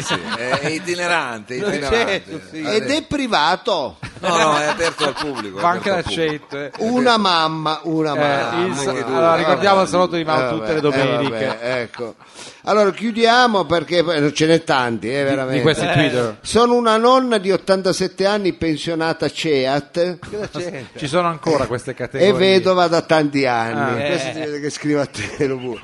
Sì, è itinerante,
Non c'è,
itinerante.
sì.
ed è privato
No, no, è aperto al pubblico. è
fa anche
aperto al pubblico.
l'accetto. eh.
una mamma una mamma
Eh, il sa-
due.
allora, ricordiamo il salotto di Mao
Eh,
tutte le
vabbè, eh,
domeniche.
vabbè, ecco. allora chiudiamo perché poi ce n'è tanti eh, veramente
di questi Twitter.
sono una nonna di 87 anni pensionata CEAT
Ci sono ancora queste
e
categorie.
vedova da tanti anni
Ah.
questo si vede che scrive a te lo vuoi.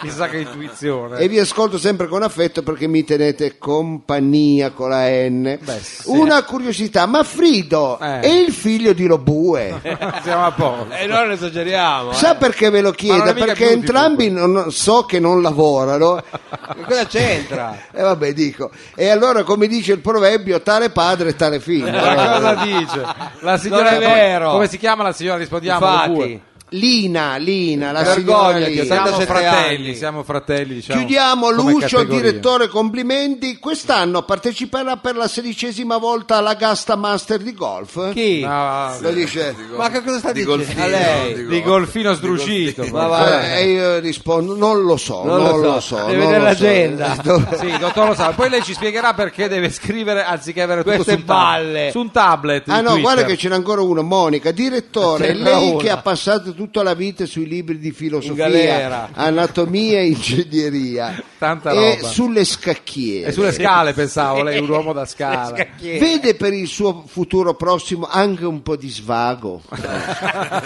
Chissà che intuizione.
E vi ascolto sempre con affetto perché mi tenete compagnia con la N. Una curiosità, ma Frido
Eh.
è il figlio di Lobue.
Siamo a posto.
E Eh, non esageriamo.
Sa
eh.
perché ve lo
Ma non
chiedo?
è mica
Perché
più di
entrambi non- so che non lavorano.
Che Cosa c'entra?
E vabbè, dico. E allora, come dice il proverbio, tale padre e tale
Ma Eh, cosa
figlio.
dice? La signora
Non è vero.
Come si chiama la signora? Rispondiamo.
Infatti,
pure.
Lina, Lina, la
Vergognati,
signora Lina.
87
Siamo fratelli,
anni.
siamo fratelli. Diciamo,
Chiudiamo
come
Lucio,
categoria.
direttore, complimenti. Quest'anno parteciperà per la sedicesima volta alla Gasta Master di golf.
chi?
No,
Lo dice.
Eh.
Ma che cosa sta
Di
dicendo?
Golfino,
A lei.
di
di Golfino sdrucito.
Ma va.
Eh, e io rispondo: non lo so, non, lo so.
Deve
non
vedere
lo so.
l'agenda.
Sì, dottor Lo Sa. Poi lei ci spiegherà perché deve scrivere anziché avere tutto
Queste
su un tab-
balle.
su un tablet.
Ah
in
no,
Twitter.
guarda che ce n'è ancora uno, Monica, direttore,
Sembra
lei
una.
che ha passato tutta la vita sui libri di
In galera.
filosofia, anatomia e ingegneria
Tanta
e
roba.
sulle scacchiere.
E sulle scale pensavo, lei è un uomo da scala.
Vede per il suo futuro prossimo anche un po' di svago.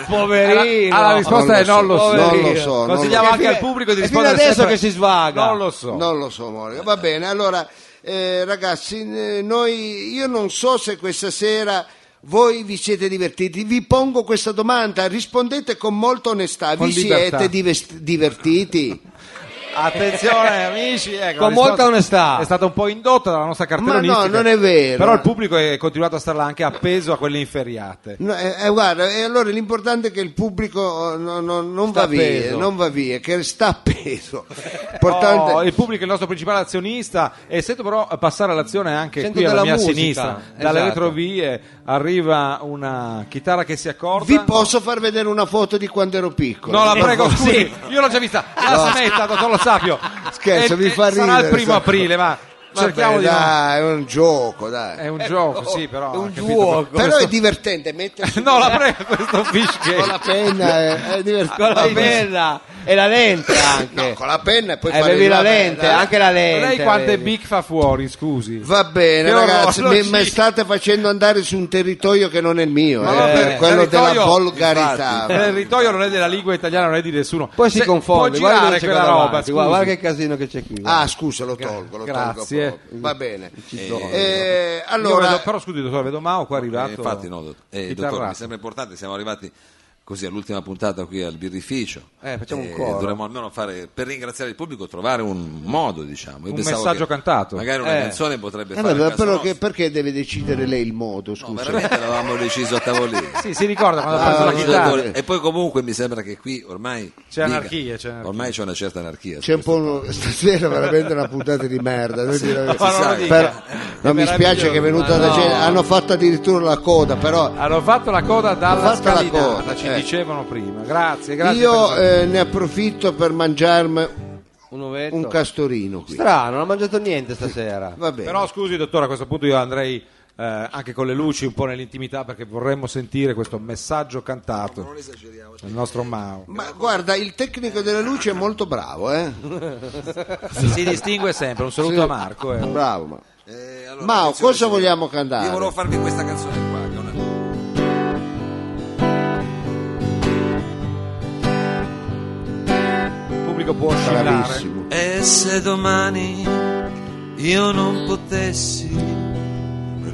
Poverino.
Ah, la risposta è non lo so.
Non lo
Poverino.
so. non lo
Consigliamo
so.
anche al pubblico di
è fino
rispondere
adesso
sempre-
che si svaga.
Non lo so.
Non lo so, Monica. Va bene, allora eh, ragazzi, eh, noi, io non so se questa sera voi vi siete divertiti. Vi pongo questa domanda, rispondete con molta onestà.
Con
vi
libertà.
siete divest- divertiti?
Attenzione amici, ecco,
Con
la
molta
risposta
onestà.
È stata un po' indotta dalla nostra cartellonistica.
Ma no, non è vero.
Però il pubblico è continuato a starla anche appeso a quelle inferiate.
No, eh, eh, guarda, e allora l'importante è che il pubblico eh, no, no, non,
Sta
va via,
appeso.
non va via, che sta appeso. Importante-
Oh, il pubblico è il nostro principale azionista e sento però passare all'azione anche
Sento
qui alla
della
mia
musica,
sinistra, dalle
esatto.
retrovie arriva una chitarra che si accorda.
Vi posso far vedere una foto di quando ero piccolo? Eh,
No, la
Per
prego,
favore.
sì, io l'ho già vista. La sametta, dottor Lo Sapio.
Scherzo,
Eh,
vi
eh,
fa
Sarà il
ridere,
primo
sta-
aprile, ma
Vabbè,
cerchiamo di non-
dai, è un gioco, dai.
È un gioco, sì, però.
è un
capito?
gioco.
Però è divertente mettersi
No, la prego, questo fish
con la
cake.
penna, eh, è, è divertente.
Ah, con la penna e la lente anche.
No, con la penna e
Eh,
poi
e
fare
avevi
il- eh.
la
vabbè,
lente,
dai.
anche la lente.
Lei quante
avevi.
big fa fuori, scusi.
Va bene,
Che
ragazzi, mi,
orologi.
mi state facendo andare su un territorio che non è il mio,
Ma
eh,
vabbè,
per quello della
territorio-
volgarità.
Eh, Il ritoio non è della lingua italiana, non è di nessuno.
Poi si
Se-
confonde,
Può
guarda
girare
dove c'è
quella
quello
roba,
davanti,
scusi.
guarda, guarda che casino che c'è qui. guarda.
Ah, scusa, lo tolgo, lo
Grazie.
tolgo proprio. Va bene.
tolgo.
Eh,
Io
allora,
vedo- però scusi, dottore, vedo Mao qua è arrivato.
Eh, infatti no, dott- eh, dottore, mi
Chitarrato.
sembra importante, siamo arrivati così all'ultima puntata qui al birrificio.
Eh, facciamo un
Eh,
coro.
Dovremmo almeno fare, per ringraziare il pubblico, trovare un modo, diciamo. Io
Un
pensavo
messaggio
che
cantato.
Magari una
Eh.
canzone potrebbe
eh,
fare
vabbè,
il caso
però
nostro.
che- perché deve decidere lei il modo,
No,
scusa?
veramente l'avevamo deciso a tavolino.
Sì, si ricorda quando ha
Ah,
preso la
sì,
chitarra.
dottore.
E poi comunque mi sembra che qui ormai
C'è anarchia, c'è anarchia.
Ormai c'è una certa anarchia.
C'è un po' uno- stasera veramente una puntata di merda. devo dire la
ma non lo
verità.
dica.
Però- non mi
meraviglioso.
spiace che è venuta
Ma
da
no.
gente- hanno fatto addirittura la coda, però
Hanno fatto la coda dalla
Hanno fatto la
scalinata,
coda,
ci
eh.
dicevano prima. Grazie, grazie.
io
per-
eh, ne approfitto per mangiarmi
Un ovetto.
un castorino qui.
Strano, non ha mangiato niente stasera.
Va bene.
Però scusi, dottore, a questo punto io andrei eh, anche con le luci un po' nell'intimità perché vorremmo sentire questo messaggio cantato. Non esageriamo. Il nostro Mao.
Ma guarda, il tecnico della luce è molto bravo, eh?
Si distingue sempre. Un saluto a Marco. eh.
Bravo, ma.
Eh, allora,
Mao, cosa
attenzione, signori.
vogliamo cantare?
Io volevo farvi questa canzone qua. Che è una...
Il pubblico può oscillare.
Bravissimo.
E se domani io non potessi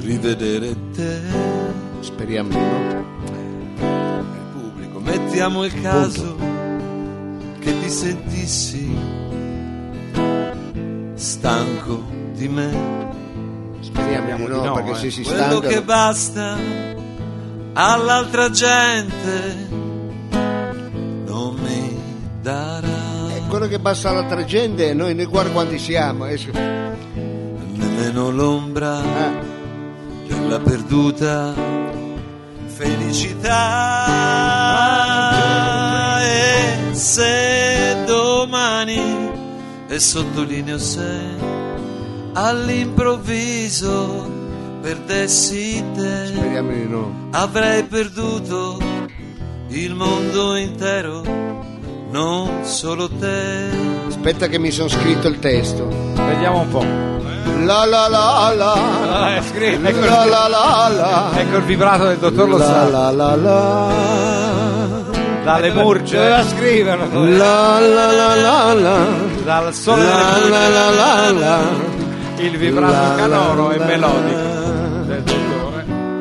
rivedere te,
Speriamo di no.
pubblico, mettiamo il caso che ti sentissi stanco di me.
Speriamo di no,
di no,
perché
eh.
se si
Quello che
stanca
basta all'altra gente non mi darà
Eh, quello che basta alla tragende noi ne guarda quanti siamo. eh, se-
nemmeno l'ombra.
eh.
della perduta felicità. E se domani, e sottolineo se, all'improvviso perdessi te,
Speriamo di no.
avrei perduto il mondo intero, non solo te.
Aspetta che mi sono scritto il testo.
Vediamo un po'.
La la la la.
Ah, è scritto. Ecco,
La la la la.
ecco il vibrato del dottor Lo
La
Sapio.
la la la.
Dalle murge.
doveva La la la la la.
Dal sole
La
delle
la
murge.
la la la.
Il vibrato
La,
canoro
la,
e
la,
melodico del dottore.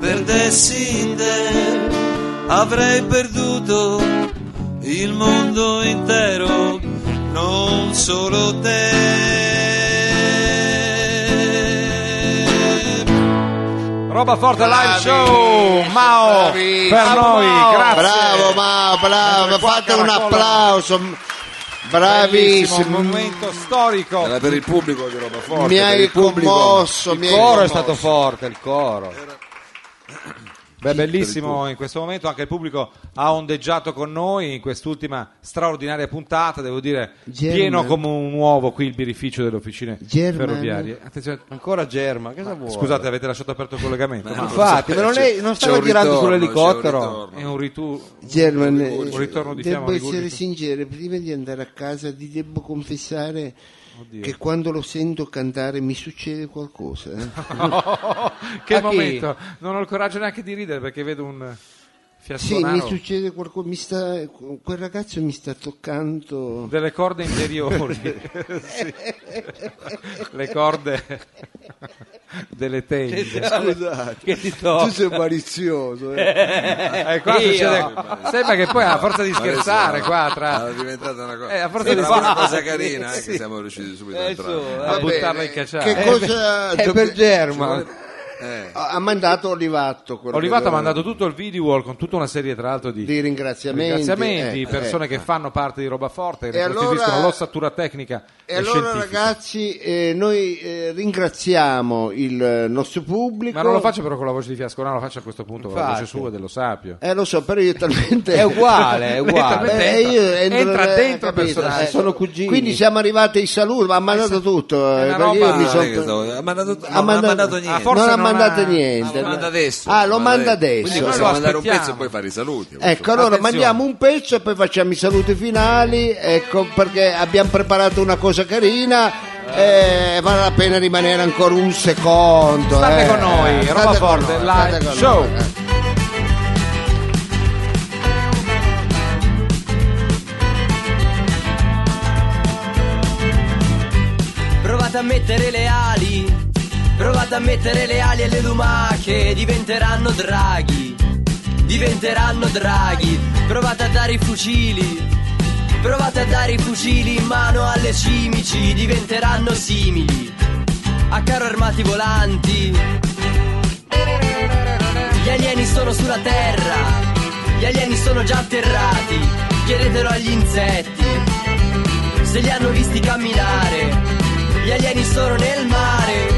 perdessi te, avrei perduto il mondo intero, non solo te.
Roba forte live
Bravi.
show. Mao
Bravi.
per
Bravo,
noi,
Mao.
grazie.
Bravo Mao, bravo,
qua
fate un
Caracolla.
applauso.
Bravissimo, un
Bravissimo.
momento storico.
Era per il pubblico di roba forte.
Mi
per
hai
il pubblico.
commosso, mi
Il
hai
coro è
commosso.
stato forte, il coro.
Beh, bellissimo in questo momento anche il pubblico ha ondeggiato con noi in quest'ultima straordinaria puntata, devo dire,
German.
pieno come un uovo qui il birrificio delle officine
German.
ferroviarie. Attenzione,
Ancora Germa, cosa vuoi?
scusate, avete lasciato aperto il collegamento. ma
Infatti, ma non, è, non stava girando sull'elicottero.
è un ritu
German, eh,
Un ritorno di fiamma
devo
a Ligurgito.
essere sincero, prima di andare a casa ti devo confessare
Oddio.
che quando lo sento cantare mi succede qualcosa. eh.
che
A chi?
momento! Non ho il coraggio neanche di ridere perché vedo un
Sì, mi
fiasconaro
succede qualcosa, mi sta, quel ragazzo mi sta toccando.
delle corde interiori. Sì. Le corde delle tende.
Ah, Scusate,
Che ti tocca?
tu sei esatto." malizioso. eh.
Eh, qua
Io?
succede- Sembra che poi a forza di scherzare qua tra...
Ah,
Era Ah, diventata una cosa,
Eh, a forza
Era
di
una
fare-
cosa carina eh,
Sì.
che siamo riusciti subito a
Eh,
entrare.
su,
a
Va bene,
buttarla in Eh, cacciare.
Che cosa
È Eh, per German.
Eh,
ha ha mandato Olivato? quello che
Olivato ha
doveva-
mandato tutto il video wall con tutta una serie tra l'altro di,
di ringraziamenti.
ringraziamenti,
eh,
persone
eh.
che fanno parte di roba forte, che
E
costituiscono
allora-
l'ossatura tecnica e,
E allora
scientifica.
ragazzi, eh, noi eh, ringraziamo il eh, nostro pubblico.
Ma non lo faccio però con la voce di Fiasconaro, lo faccio a questo punto con la voce
Infatti.
sua dello Sapio.
Eh, lo so, però io talmente...
È uguale, è uguale.
Beh,
Mentalmente-
io entro-
Entra
eh,
dentro il
capito,
personaggio.
eh.
Sono cugini.
Quindi siamo arrivati ai saluti, ma ha mandato tutto. eh,
una
perché
roba-
io mi
ah,
son-
che stavo- ha mandato, non ha
mandato-
mandato
Ah,
niente.
forse
non ha
non ha-
mandato
Ah,
niente.
lo manda adesso.
Ah, lo manda
Quindi
adesso.
Quindi
possiamo
lo
mandare un
aspettiamo.
pezzo e poi fare i saluti.
Ecco, allora
Attenzione.
mandiamo un pezzo e poi facciamo i saluti finali, ecco, perché abbiamo preparato una cosa carina e vale la pena rimanere ancora un secondo.
Eh. State
eh.
con noi,
State
roba
con
forte,
noi,
live
state con
show.
noi. eh.
Provate a mettere le ali, provate a mettere le ali alle lumache, diventeranno draghi, diventeranno draghi. Provate a dare i fucili, provate a dare i fucili in mano alle cimici, diventeranno simili a carro armati volanti. Gli alieni sono sulla terra, gli alieni sono già atterrati, chiedetelo agli insetti se li hanno visti camminare. Gli alieni sono nel mare,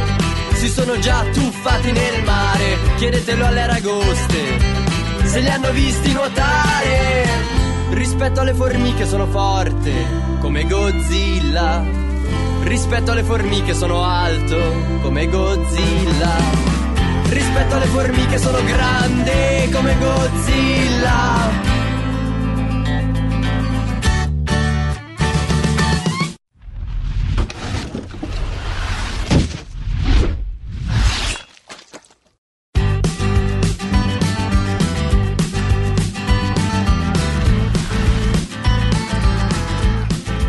si sono già tuffati nel mare. Chiedetelo alle aragoste, se li hanno visti nuotare. Rispetto alle formiche sono forte, come Godzilla. Rispetto alle formiche sono alto, come Godzilla. Rispetto alle formiche sono grande, come Godzilla.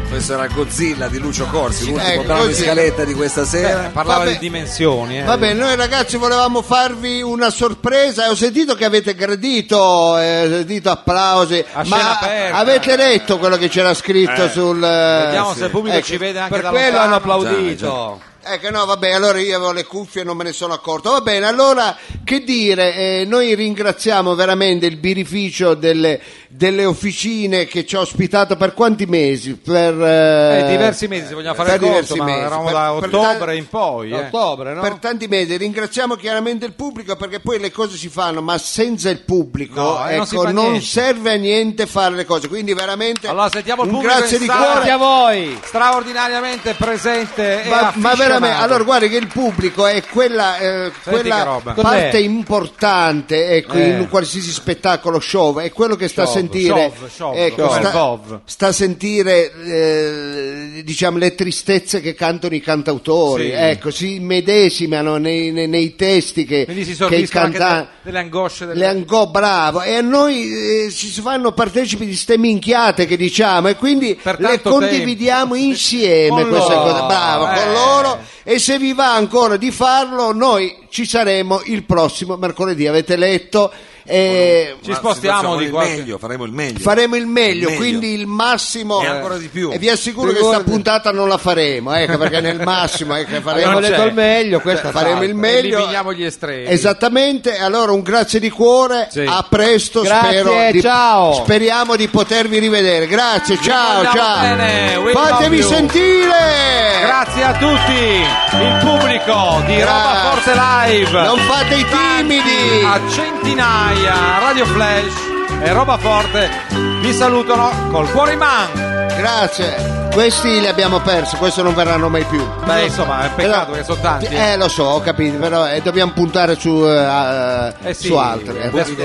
Questo era Godzilla di Lucio Corsi, l'ultimo
ecco,
brano di
sì.
scaletta di questa sera.
Eh, Parlava
Eh, Vabbè.
di dimensioni. eh.
Va bene, noi ragazzi volevamo farvi una sorpresa e ho sentito che avete gradito, eh, ho sentito applausi,
A scena
ma
aperta.
avete letto quello che c'era scritto sul... eh,
Vediamo se il pubblico
ecco,
ci vede anche
Per
da
quello hanno
lontano.
applaudito.
Eh che no, vabbè, allora io avevo le cuffie e non me ne sono accorto. Va bene, allora che dire, eh, noi ringraziamo veramente il birrificio delle, delle officine che ci ha ospitato per quanti mesi? Per eh,
Eh, diversi mesi, se vogliamo fare
per
il conto,
diversi
ma
mesi.
eravamo
Per-
da
per
ottobre
tan-
in poi.
Da
eh.
Ottobre, no?
Per tanti mesi ringraziamo chiaramente il pubblico perché poi le cose si fanno, ma senza il pubblico
No, eh, non si
ecco,
fa
non,
niente.
serve a niente fare le cose. Quindi veramente
Allora, sentiamo il
un
pubblico
grazie
in
di
sala.
cuore.
Grazie a voi.
Straordinariamente presente
ma,
e
ma
afficionato.
veramente allora guardi che il pubblico è quella, eh,
che
quella
roba.
parte
Cos'è?
importante ecco,
Eh.
in qualsiasi spettacolo show è quello che sta
Show,
a sentire
show, show,
ecco,
come il
sta,
Vov.
sta a sentire eh, diciamo le tristezze che cantano i cantautori
Sì.
ecco, si medesimano nei, nei- nei testi che,
Quindi si
che i
soddisfa anche
cantanti
de- delle angosce delle-
le angò bravo e a noi eh, ci si fanno partecipi di ste minchiate che diciamo e quindi
Per
le
tanto
condividiamo insieme
Con
queste
loro.
cose bravo
Eh.
con loro e se vi va ancora di farlo noi ci saremo il prossimo mercoledì avete letto e
Ci spostiamo
Ah, facciamo
di
il
qualche-
meglio, faremo il meglio.
faremo il meglio, quindi il massimo
E ancora di più.
e vi assicuro che
Ricordi-
sta puntata non la faremo ecco perché nel massimo ecco, faremo
Abbiamo
c'è.
detto il meglio, questa
faremo il
salta.
meglio Esatto,
Eliminiamo gli estremi.
Eh, Esattamente, allora un grazie di cuore,
Sì.
a presto,
Grazie,
spero di-
ciao.
speriamo di potervi rivedere. Grazie, ciao,
vogliamo
ciao.
bene, we
Fatevi
love you.
sentire!
Grazie a tutti il pubblico di
Grazie.
Roba Forte Live.
Non fate i timidi!
A centinaia Radio Flash e Roba Forte vi salutano col cuore in mano.
Grazie. Questi li abbiamo persi, questi non verranno mai più.
Beh, insomma, è un peccato
Però-
che sono tanti.
Eh, lo so, ho capito, però eh, dobbiamo puntare su, eh, a-
Eh sì,
su altri. eh,
adesso-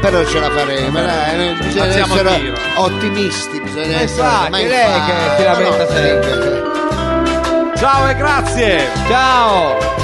Però ce la faremo, dai, eh, bisogna
Alziamo il
essere
tiro.
ottimisti, bisogna
Eh,
essere
infatti,
ma
lei
infatti,
che si lamenta
ma no,
sempre.
eh,
Ciao e grazie.
Ciao.